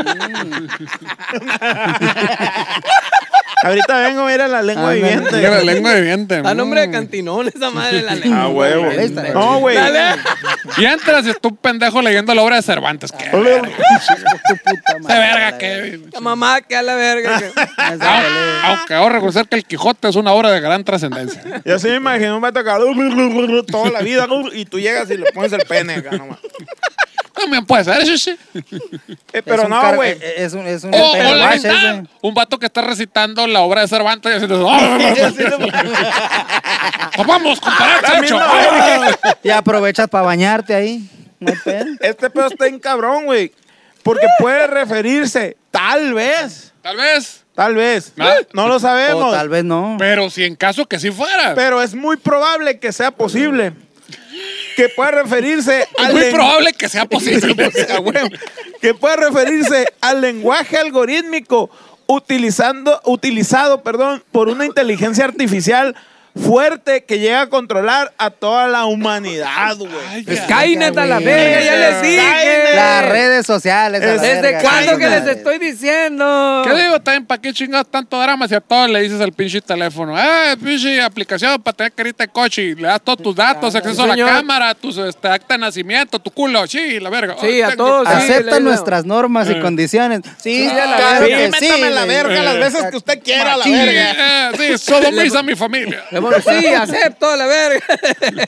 B: Ahorita vengo, mira la
C: Ah,
B: lengua viviente.
A: Mira, la lengua de viente.
D: Da nombre de
A: mm.
D: cantinón esa madre la
B: A
D: lengua.
B: huevo.
C: Ahí está.
B: No, güey.
D: Dale.
A: Y entras y tú, pendejo, leyendo la obra de Cervantes. ¿Qué?
B: No,
A: De
B: güey.
C: Tu puta madre,
A: verga,
C: la
A: qué.
D: La mamá que a la verga. que-
C: Esa pelea.
A: Ah, Aunque ahora reconocer que el Quijote es una obra de gran trascendencia.
B: Yo sí me imagino un vato acá, toda la vida y tú llegas y le pones el pene acá nomás.
A: También puede ser, Shishi.
B: Eh,
C: Es
B: pero
C: un
B: no,
C: car-
B: güey.
C: eh, Es un, es un
A: O, o
C: pero
A: la
C: guache
A: mitad,
C: ese.
A: ah, un vato que está recitando la obra de Cervantes y haciendo. Ah, Pues Vamos, comparate,
B: También
A: hecho.
B: no.
C: Y aprovechas para bañarte ahí. No hay pedo.
B: Este pedo está en cabrón, güey. Porque puede referirse, tal vez,
A: Tal vez.
B: tal vez.
A: Ah.
B: No lo
C: O
B: sabemos.
C: tal vez no.
A: Pero si en caso que sí fuera.
B: Pero es muy probable que sea posible. Que pueda referirse
A: Es
B: al
A: muy
B: len-
A: probable que sea posible.
B: A huevo. que pueda referirse al lenguaje algorítmico utilizando, utilizado perdón, por una inteligencia artificial fuerte que llega a controlar a toda la humanidad, güey.
A: Ay,
D: Skynet a la
C: güey.
D: verga, ya les dije.
B: Skynet.
C: Las redes sociales. a la
D: ¿Desde
C: verga,
D: cuándo que
C: chingada.
D: les estoy diciendo?
A: ¿Qué digo? También, ¿para qué chingados tanto drama si a todos le dices al pinche teléfono? Ah, pinche aplicación para tener carita de coche y le das todos tus datos, acceso a la
D: Ah, señor.
A: cámara, tus este, acta de nacimiento, tu culo, sí, la verga.
D: Sí,
A: Oh,
D: a
A: tengo-
D: todos. sí,
C: Acepta
D: le-
C: nuestras normas y condiciones. Sí,
D: a Mm. la
C: claro
D: verga.
C: que
B: Sí, métame la
C: le-
B: verga
A: Eh,
B: las veces que usted quiera, la
A: Sí, eh,
B: verga.
A: sí, sodomiza a mi familia.
D: Bueno, sí, acepto la verga.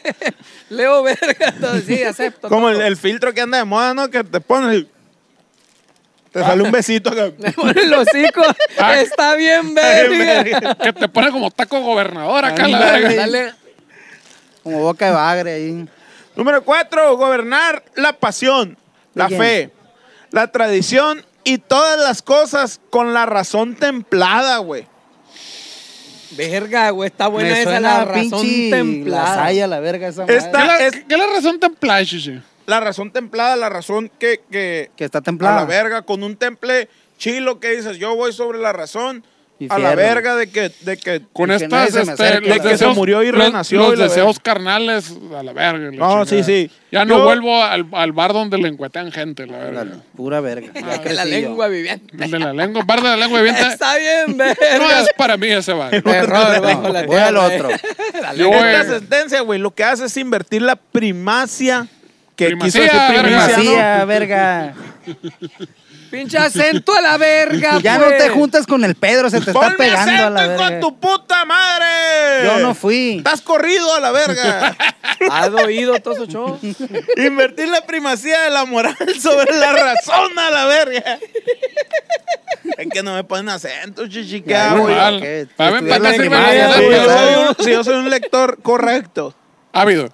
D: Leo verga, todo, sí, acepto.
B: Como el, el filtro que anda de moda, ¿no? Que te pones y
C: Ah.
B: te sale un besito acá.
D: Me pone el hocico. Ah, Está bien verga.
A: Que te pone como taco gobernador acá, la
C: Ándale.
A: verga.
D: Dale.
C: Como boca de bagre ahí.
B: Número cuatro, gobernar la pasión, la
C: ¿De quién?
B: fe, la tradición y todas las cosas con la razón templada, güey.
D: Verga, güey, está buena
C: Me
D: esa
C: suena
D: la
C: a
D: razón
C: pinche
D: templada.
C: lasaña, la verga esa madre.
B: Esta-
A: ¿Qué, la,
B: es-
A: qué la razón te emplaza,
B: La razón templada, la razón que, que,
C: Que está
B: a la
C: templada.
B: verga, con un temple chilo que dices, yo voy sobre la razón,
C: Y
B: a la
C: fierro.
B: verga de que, de que
A: Con
C: Y que
A: estas,
C: nadie se me
A: este,
C: acerque,
A: los
C: la- De que
B: se
A: deseos-
B: murió y
A: los-
B: renació y
A: Los,
B: la
A: deseos carnales, a la verga. y la
B: No, sí,
A: chingada.
B: sí.
A: Ya no
B: Yo-
A: vuelvo al, al bar donde le encuetean gente, la verga.
C: Ándale, Pura verga.
D: Ya
C: Ya
D: que la
C: sí,
D: lengua
C: yo.
D: viviente.
A: El de la lengua, el bar de la lengua viviente.
D: Está bien,
A: No
D: verga.
A: es para mí ese bar.
D: Terror bajo la
C: Voy al
D: tierra,
C: otro.
D: eh.
A: Yo voy-
B: Esta sentencia, güey, lo que hace es invertir la primacia que
A: Primacía,
B: quiso decir
A: verga.
B: primacia, ¿no?
C: Primacía, verga.
D: Pinche acento a la verga,
C: Ya no
D: pues.
C: te juntas con el Pedro, se te está
B: ¡Ponme
C: pegando a
B: acento,
C: la
B: hijo de
C: verga.
B: tu puta madre!
C: Yo no fui.
B: ¡Estás corrido a la verga!
D: ¿Has oído todo eso, show?
B: Invertir la primacía de la moral sobre la razón a la verga. Es que no me ponen acento, chichi, ¿qué
C: Ya,
B: hago
C: güey.
B: yo?
A: Mal.
C: que-
A: ¿Para
C: que
A: mí, para qué
C: estuvieron
A: sirve
C: en
A: la
C: primaria,
B: Si yo
A: verdad,
B: soy
A: güey?
B: un- Si yo soy un lector correcto,
A: Ávido.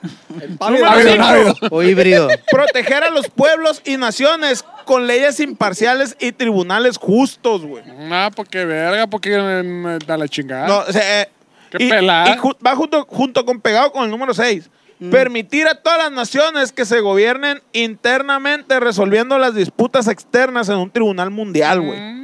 A: Ávido,
B: cinco.
A: ávido.
C: O híbrido.
B: Proteger a los pueblos y naciones con leyes imparciales y tribunales justos, güey.
A: No, porque verga, porque eh, da la chingada.
B: No, o sea, eh,
A: Qué pelada.
B: y ju- va junto, junto con pegado con el número 6. Permitir a todas las naciones que se gobiernen internamente resolviendo las disputas externas en un tribunal mundial, güey. O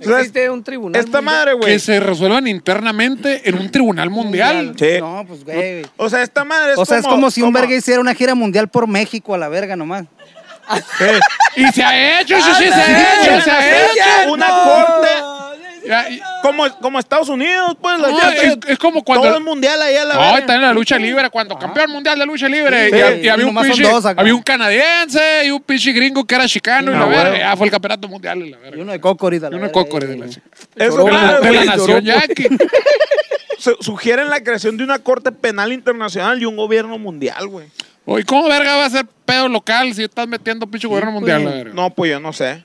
B: sea, es-
D: Existe un tribunal.
B: Esta
D: mundial.
B: madre,
A: que
B: güey.
A: se resuelvan internamente en un tribunal mundial.
B: Sí.
C: No, pues güey.
B: O sea, esta madre es
C: O sea, es como si un
B: como-
C: verga hiciera una gira mundial por México a la verga nomás.
B: Sí.
A: Y se ha hecho, sí, sí, se ha hecho, se ha hecho.
D: ¡Ya
B: Una
D: no!
B: corte.
A: Ya, y-
B: Como, como Estados Unidos, pues. la
A: No,
B: neta,
A: es- es como cuando-
B: Todo el mundial ahí a la
A: No,
B: verga.
A: está Ah, en la lucha libre, cuando campeón mundial de lucha libre.
C: Ah. Sí,
A: y, y
C: y
A: había, un
C: nomás son
A: pinche,
C: dos acá.
A: había un canadiense y un pinche gringo que era chicano y
B: Ah,
A: la
B: bueno.
A: verga. Ya fue el campeonato mundial y la
C: Y
A: verga.
C: uno de coco ahorita.
A: Y uno de coco de la chica. De
B: Eso,
A: la,
B: claro,
A: de la
B: güey,
A: nación
B: lloró,
A: yaqui.
B: su- Sugieren la creación de una corte penal internacional y un gobierno mundial, güey.
A: Oye, ¿cómo verga va a ser pedo local si estás metiendo pinche gobierno mundial? la verga?
B: No, pues yo no sé.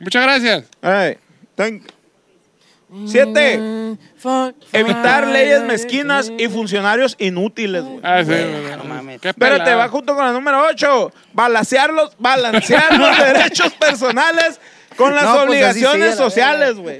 A: Muchas gracias.
B: Ay, ten- Siete, evitar leyes mezquinas y funcionarios inútiles, güey.
A: Ah, sí,
C: no mames.
A: Qué
B: Pero te
A: pelada.
B: va junto con la número 8, balancear los, balancear los derechos personales con las
C: No, pues así
B: obligaciones
C: sí, a la
B: sociales, güey.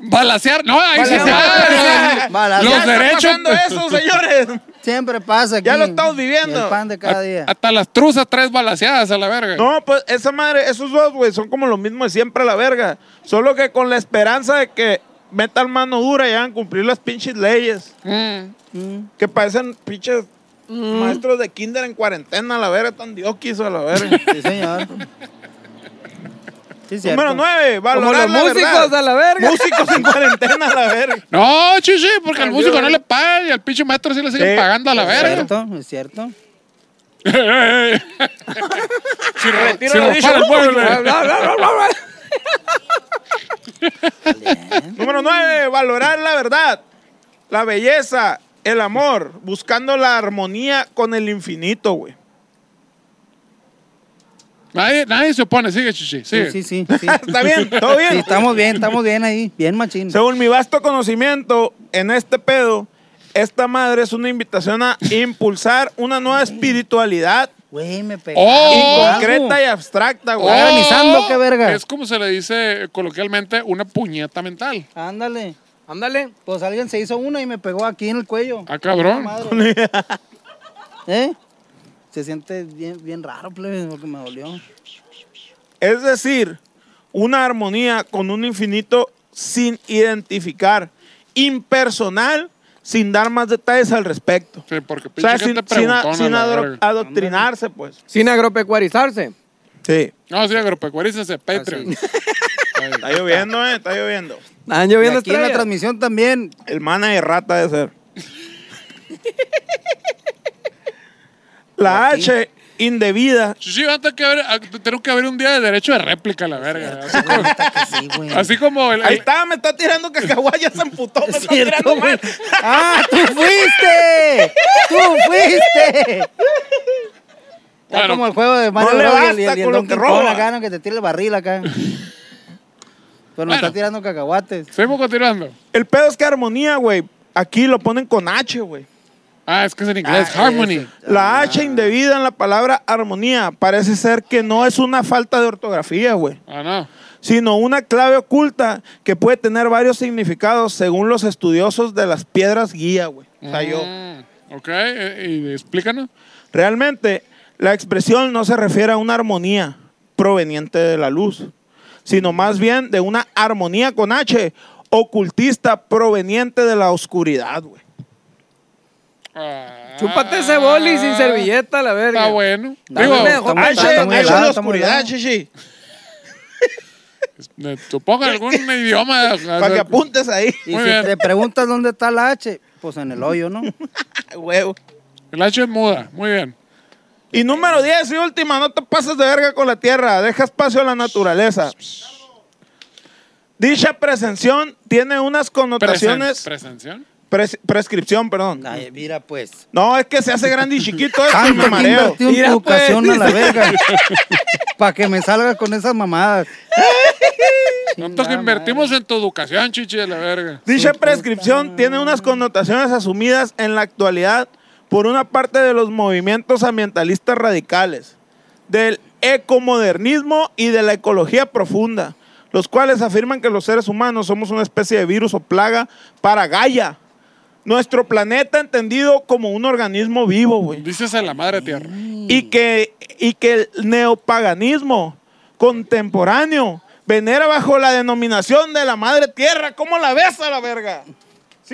A: Balasear. No, ahí sí se va.
C: Balasear. Balasear.
A: Los
B: ya está
A: derechos. pues.
B: pasando eso, señores.
C: Siempre pasa aquí.
B: Ya lo estamos viviendo.
C: El pan de cada día.
A: Hasta las truzas tres balaseadas a la verga.
B: No, pues esa madre, esos dos, güey, son como lo mismo de siempre a la verga. Solo que con la esperanza de que metan mano dura y hagan cumplir las pinches leyes.
A: Mm.
B: Que parecen pinches maestros de kinder en cuarentena, a la verga, tan dios quiso a la verga.
C: Sí, señor. Sí, cierto.
B: Número nueve,
D: Como
B: valorar
D: los
B: la
D: músicos
B: verdad.
D: a la verga.
B: Músicos en cuarentena, a la verga.
A: No, chichi, porque al
D: Ay,
A: músico
D: Dios.
A: no le pagan y al pinche maestro sí le siguen
B: Sí,
A: pagando a la
B: ¿eh?
C: Es
A: verga.
C: cierto, es cierto.
A: si retiro
D: Tiro
A: si
D: lo dicho.
A: repara el
D: Bla,
A: pueblo.
D: bla, bla, bla, bla.
B: Número nueve, valorar la verdad, la belleza, el amor, buscando la armonía con el infinito, güey.
A: Nadie, nadie se opone, sigue, chichi. Sigue.
C: Sí, sí, sí. sí.
B: ¿Está bien? ¿Todo bien?
C: Sí, estamos bien, estamos bien ahí. Bien machín.
B: Según mi vasto conocimiento en este pedo, esta madre es una invitación a impulsar una nueva espiritualidad
C: Güey, me pegó.
A: Oh.
B: concreta y abstracta,
A: Oh,
B: güey.
C: Está organizando, qué verga.
A: Es como se le dice eh, coloquialmente una puñeta mental.
C: Ándale.
D: Ándale.
C: Pues alguien se hizo una y me pegó aquí en el cuello.
A: Ah, cabrón.
C: Madre. ¿Eh? Se siente bien, bien raro, plebe, porque me dolió.
B: Es decir, una armonía con un infinito sin identificar, impersonal, sin dar más detalles al respecto.
A: Sí, porque
B: O
A: pinche
B: sea, sin,
A: gente
B: sin a-
A: preguntona.
B: sin
A: la
B: adro-
A: verga.
B: adoctrinarse, pues.
D: Sin agropecuarizarse.
B: Sí.
A: No, sí, agropecuarícense,
C: Ah,
A: Patreon.
B: Está lloviendo, eh, está lloviendo.
D: Están
C: Y
D: lloviendo
C: aquí en la
D: estrellas.
C: transmisión también.
B: El mana de rata de ser. La H indebida.
A: Chichi, va a tener que haber, a- tener que haber un día de derecho de réplica, la verga. Así
C: La
A: como,
C: neta que sí, güey.
A: así como el,
B: Ahí
A: el-
B: está, me está tirando cacahuaya, se emputó, me
C: Es
B: está tirando
C: cierto, güey.
B: mal.
C: ¡Ah, tú fuiste! ¡Tú fuiste! Está
A: Bueno,
C: como el juego de Mario
B: no le
C: Bros. y el- y el,
B: basta con lo
C: Donkey
B: que
C: Kong
B: roba.
C: acá, ¿no? Que te tire el barril acá. Pero me
A: Bueno.
C: está tirando cacahuates.
A: Seguimos continuando.
B: El pedo es que armonía, güey. Aquí lo ponen con H, güey.
A: Ah, es que es en inglés.
C: Ah,
A: Harmony.
C: eso.
B: La H indebida en la palabra armonía parece ser que no es una falta de ortografía, güey,
A: Ah, no.
B: sino una clave oculta que puede tener varios significados según los estudiosos de las piedras guía, güey. O sea, Ah, yo.
A: Mm, Ok, eh, y explícanos.
B: Realmente, la expresión no se refiere a una armonía proveniente de la luz, sino más bien de una armonía con H ocultista proveniente de la oscuridad, güey.
A: Ah,
D: Chúpate ese boli sin servilleta, la verga.
A: Está bueno.
C: Está
A: Digo,
C: bueno. Está muy-
B: H,
C: está
B: H
C: muy
B: de
C: helado, está muy
B: oscuridad,
C: helado.
B: chichi.
A: eh, supongo algún idioma.
B: Para que apuntes ahí,
C: Y
A: Muy
C: si
A: bien.
C: te preguntas dónde está la H, pues en el hoyo, ¿no?
B: huevo.
A: El H es muda. Muy bien.
B: Y número 10 y última, no te pases de verga con la tierra, deja espacio a la naturaleza. Dicha presención tiene unas
A: Presen-
B: connotaciones...
A: ¿Presención?
B: pres- prescripción, perdón.
C: Ay, mira, pues.
B: No, es que se hace grande y chiquito esto y
C: Tanto
B: me
C: que
B: mareo.
C: invertí en tu
D: Mira, pues,
C: educación a la verga. Para que me salga con esas mamadas.
A: Tanto que
C: Chingada
A: invertimos en tu educación, chichi de la verga.
B: Dicha prescripción tiene unas connotaciones asumidas en la actualidad por una parte de los movimientos ambientalistas radicales, del ecomodernismo y de la ecología profunda, los cuales afirman que los seres humanos somos una especie de virus o plaga para Gaia, nuestro planeta entendido como un organismo vivo, güey
A: Dices a la madre tierra.
B: y que, y que el neopaganismo madre. contemporáneo venera bajo la denominación de la madre tierra. ¿Cómo la ves a la verga?
D: Yo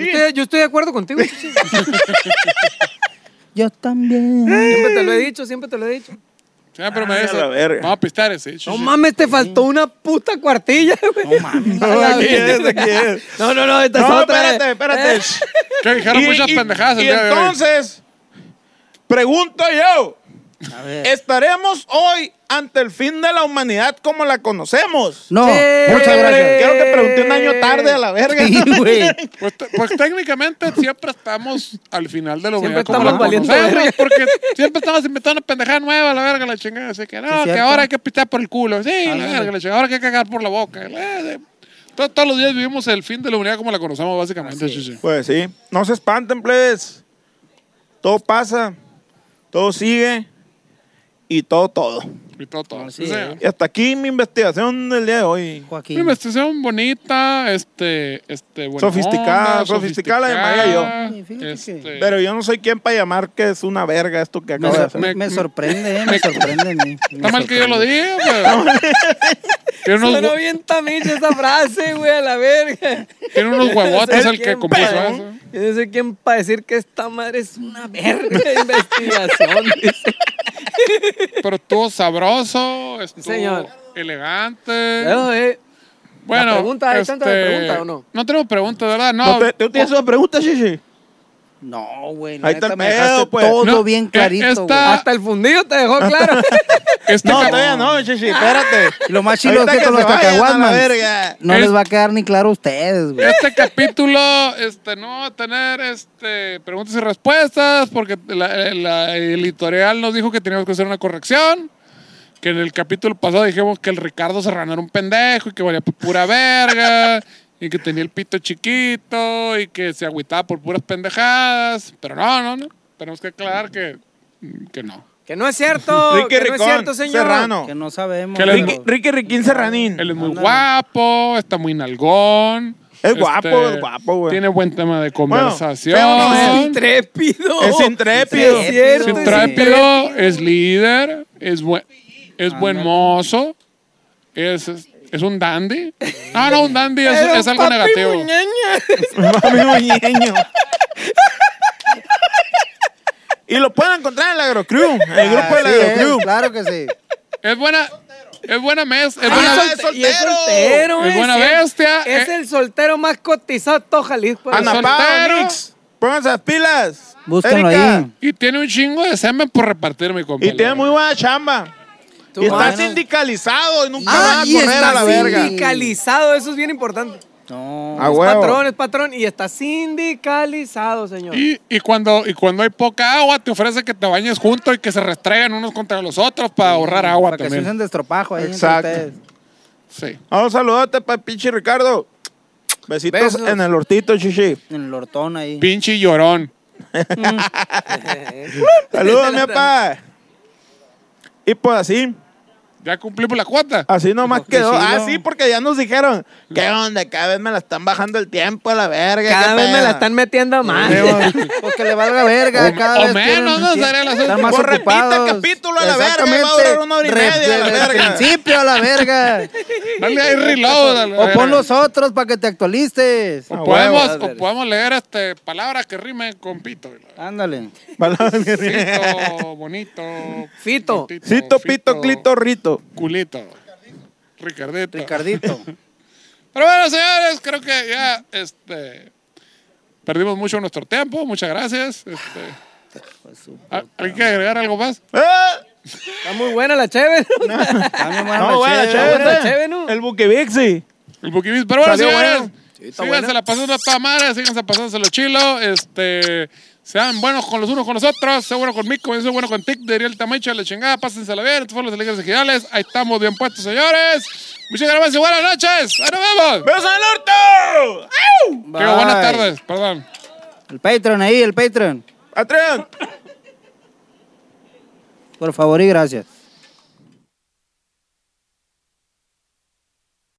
B: Sí,
D: estoy- yo estoy de acuerdo contigo. Chichi.
C: Yo también.
D: Siempre te lo he dicho, siempre te lo he dicho.
A: Siempre me
B: Ah,
A: dice.
B: la verga.
A: Vamos a pistar ese. chichi.
D: No mames, te faltó una puta cuartilla, güey. No mames.
B: No, aquí es, aquí es.
D: No, no, no, esta
B: No,
D: es otra.
B: espérate, espérate.
D: Eh,
A: Que dijeron muchas pendejadas el
B: y
A: día de hoy.
B: entonces, pregunto yo,
C: A ver.
B: ¿estaremos hoy ante el fin de la humanidad como la conocemos?
C: No,
D: Eh,
C: muchas gracias.
B: Quiero que pregunté un año tarde a la verga.
C: Sí, güey.
A: Pues, te- pues técnicamente siempre estamos al final de la
D: Siempre
A: humanidad como la
D: estamos valiendo
A: conocemos,
D: verga.
A: porque siempre estamos inventando una pendejada nueva, la verga, la chingada. Así que
C: Es
A: no, que
C: cierto.
A: ahora hay que pitar por el culo. Sí, la
C: Ándale.
A: verga, la chingada. Ahora hay que cagar por la boca. Eh, sí. Todos, todos los días vivimos el fin de la humanidad como la conocemos, básicamente. chichi.
B: Pues sí, no se espanten, plebes. Todo pasa, todo sigue y todo, todo.
A: Y todo, todo.
C: Así
A: O sea,
C: es.
B: Y hasta aquí mi investigación del día de hoy.
A: Una
C: Joaquín.
A: investigación bonita, este, este, buena
B: Sofisticada,
A: onda,
B: sofisticada la llamaría yo.
A: sofisticada,
C: Sí, fíjate que-
A: este,
B: Pero yo no soy quien para llamar que es una verga esto que
C: Me,
B: acabo de
C: sor-
B: hacer.
C: me- me sorprende, eh, me sorprende a mí. Me
A: Está mal que yo lo
C: sorprende.
A: diga, pero. Tiene unos,
D: Suena
A: hue-
D: bien tamiche esa frase, güey, a la verga.
A: tiene unos
D: Yo no
A: huevotes
D: sé
A: el que
D: quién
A: compuso
D: pa-
A: eso.
D: Yo no sé quién para decir que esta madre es una verga de investigación. dice.
A: Pero estuvo sabroso, estuvo
D: Señor.
A: elegante.
D: Pero, eh,
A: Bueno,
D: ¿La pregunta? ¿Hay tanta
A: este,
D: pregunta o no?
A: No tenemos preguntas, ¿verdad? No.
B: No, te- ¿Tú tienes una pregunta, Shishi?
C: No, güey.
B: Ahí
C: Ahí
B: está el
C: me
B: pedo,
C: dejaste
B: pues.
C: todo
A: No,
C: bien
A: eh,
C: clarito, güey.
A: esta-
D: hasta el fundido te dejó claro.
A: este
B: No,
A: cap-
B: todavía no, Shishi, espérate.
C: Y Lo más chido es
B: Ahorita
C: que
B: que
C: con
B: se
C: los
B: vayan a la
C: cacahuatman
B: verga.
C: no
A: Es-
C: les va a quedar ni claro a ustedes, güey.
A: Este capítulo este, no va a tener este, preguntas y respuestas porque la, la editorial nos dijo que teníamos que hacer una corrección. Que en el capítulo pasado dijimos que el Ricardo Serrano era un pendejo y que valía por pura verga y que tenía el pito chiquito y que se agüitaba por puras pendejadas. Pero no, no, no. Tenemos que aclarar que, que no.
D: que no es cierto.
B: Ricky
D: que no es
B: Ricón,
D: cierto, señor.
B: Serrano.
C: Que no sabemos.
A: Que le-
C: pero-
B: Ricky, Ricky Riquín Serranín.
A: Él es muy
C: Ándale.
A: guapo, está muy nalgón. este,
B: Es guapo, es guapo, güey.
A: Tiene buen tema de conversación.
B: feo no
D: Es
B: es.
D: intrépido.
B: Es intrépido.
D: Es cierto,
A: es
C: Sí.
A: intrépido, es líder, es buen, es
C: Ah,
A: buen mozo, es, es- es un dandy. Ah, no, un dandy es,
D: Pero
A: es algo
D: papi
A: negativo.
D: muñeña.
B: Mami Muñeño. Y lo pueden encontrar en la Agrocrew, en el grupo de la
C: Así es,
B: Agrocrew.
C: Claro que sí.
A: Es buena, es buena mes, es
B: Ah,
A: buena,
B: es
D: Y es
B: soltero.
D: soltero,
A: Es
D: eh,
A: buena
D: sí,
A: bestia,
D: Es
A: eh.
D: el soltero más cotizado de todo Jalisco.
A: Ana-
B: Ana
A: soltero.
B: Pao, Nix, pónganse las pilas.
C: Búsquenlo
B: Erika.
C: ahí.
A: y tiene un chingo de semen por repartir mi compa.
B: Y tiene muy buena chamba.
D: Tú,
B: Y está
D: mano.
B: sindicalizado y nunca va
D: Ah,
B: a
D: y
B: correr
D: está
B: a la verga.
D: sindicalizado, eso es bien importante.
C: No.
B: A
D: es
B: huevo.
D: patrón, es patrón y está sindicalizado, señor.
A: Y, y cuando, y cuando hay poca agua, te ofrece que te bañes juntos y que se restregan unos contra los otros para ahorrar agua
C: Para que se
A: también.
C: usen de estropajo ahí entre
B: Exacto.
C: ustedes.
A: Sí.
B: Ah, un saludote para pinche Ricardo. Besitos
D: Besos.
B: en el hortito, chichi.
C: En el hortón ahí.
A: Pinche llorón.
B: Saludos, mi papá. Y pues así,
A: Ya cumplimos la cuota.
B: así nomás
D: Qué
B: quedó.
D: chido.
B: Ah, sí, porque ya nos dijeron, ¿qué onda? Cada vez me la están bajando el tiempo a la verga.
D: Cada
B: qué
D: vez me
B: pedo".
D: la están metiendo más.
C: Porque le valga verga
A: O-
C: cada
A: o
C: vez. tienen-
A: menos, ¿no? Sería la
C: están
A: solución.
C: más
B: Pues repita el
C: ocupados.
B: capítulo a la verga,
C: Exactamente.
B: va a durar una hora y
C: Re-
B: media a la
C: desde el
B: verga.
C: principio a la verga.
A: Dale ahí reload. a la
C: O pon
A: verga.
C: los otros para que te actualices.
B: Ah,
A: podemos,
D: huevo.
A: o podemos leer este, palabras que rimen con pito.
C: Ándale.
A: Pito, bonito.
D: Fito.
A: tontito,
B: Cito, pito, clito, rito.
A: Culito. Ricardito.
C: Ricardito.
A: Pero bueno, señores, creo que ya este, perdimos mucho nuestro tiempo. Muchas gracias. Este,
D: Ah,
A: ¿a- ¿Alguien quiere agregar algo más?
B: ¡Ah!
D: Está muy buena la cheve. ¿no?
C: También buena
B: No,
C: la
B: buena,
C: cheve.
D: buena la
B: chévere.
D: cheve, ¿no?
B: El buquebixi.
A: El Buquibis. Pero bueno,
B: Salió
A: señores,
B: bueno.
D: Sí, está
A: síganse
D: bueno.
A: la pasando a toda madre, síganse pasándoselo chilo. Este, sean buenos con los unos con los otros. Sean buenos conmigo, como yo soy bueno con Tic, de Ariel Tamacho, la chingada. Pásensela bien. Estos fueron los alegres ejidales. Ahí estamos bien puestos, señores. Muchas gracias y buenas noches. Ahí nos vemos.
B: ¡Besos en el orto!
D: ¡Ah!
A: Digo, buenas
C: Bye.
A: tardes, perdón.
C: El Patreon ahí, el Patreon.
B: ¡Atrás!
C: Por favor y gracias.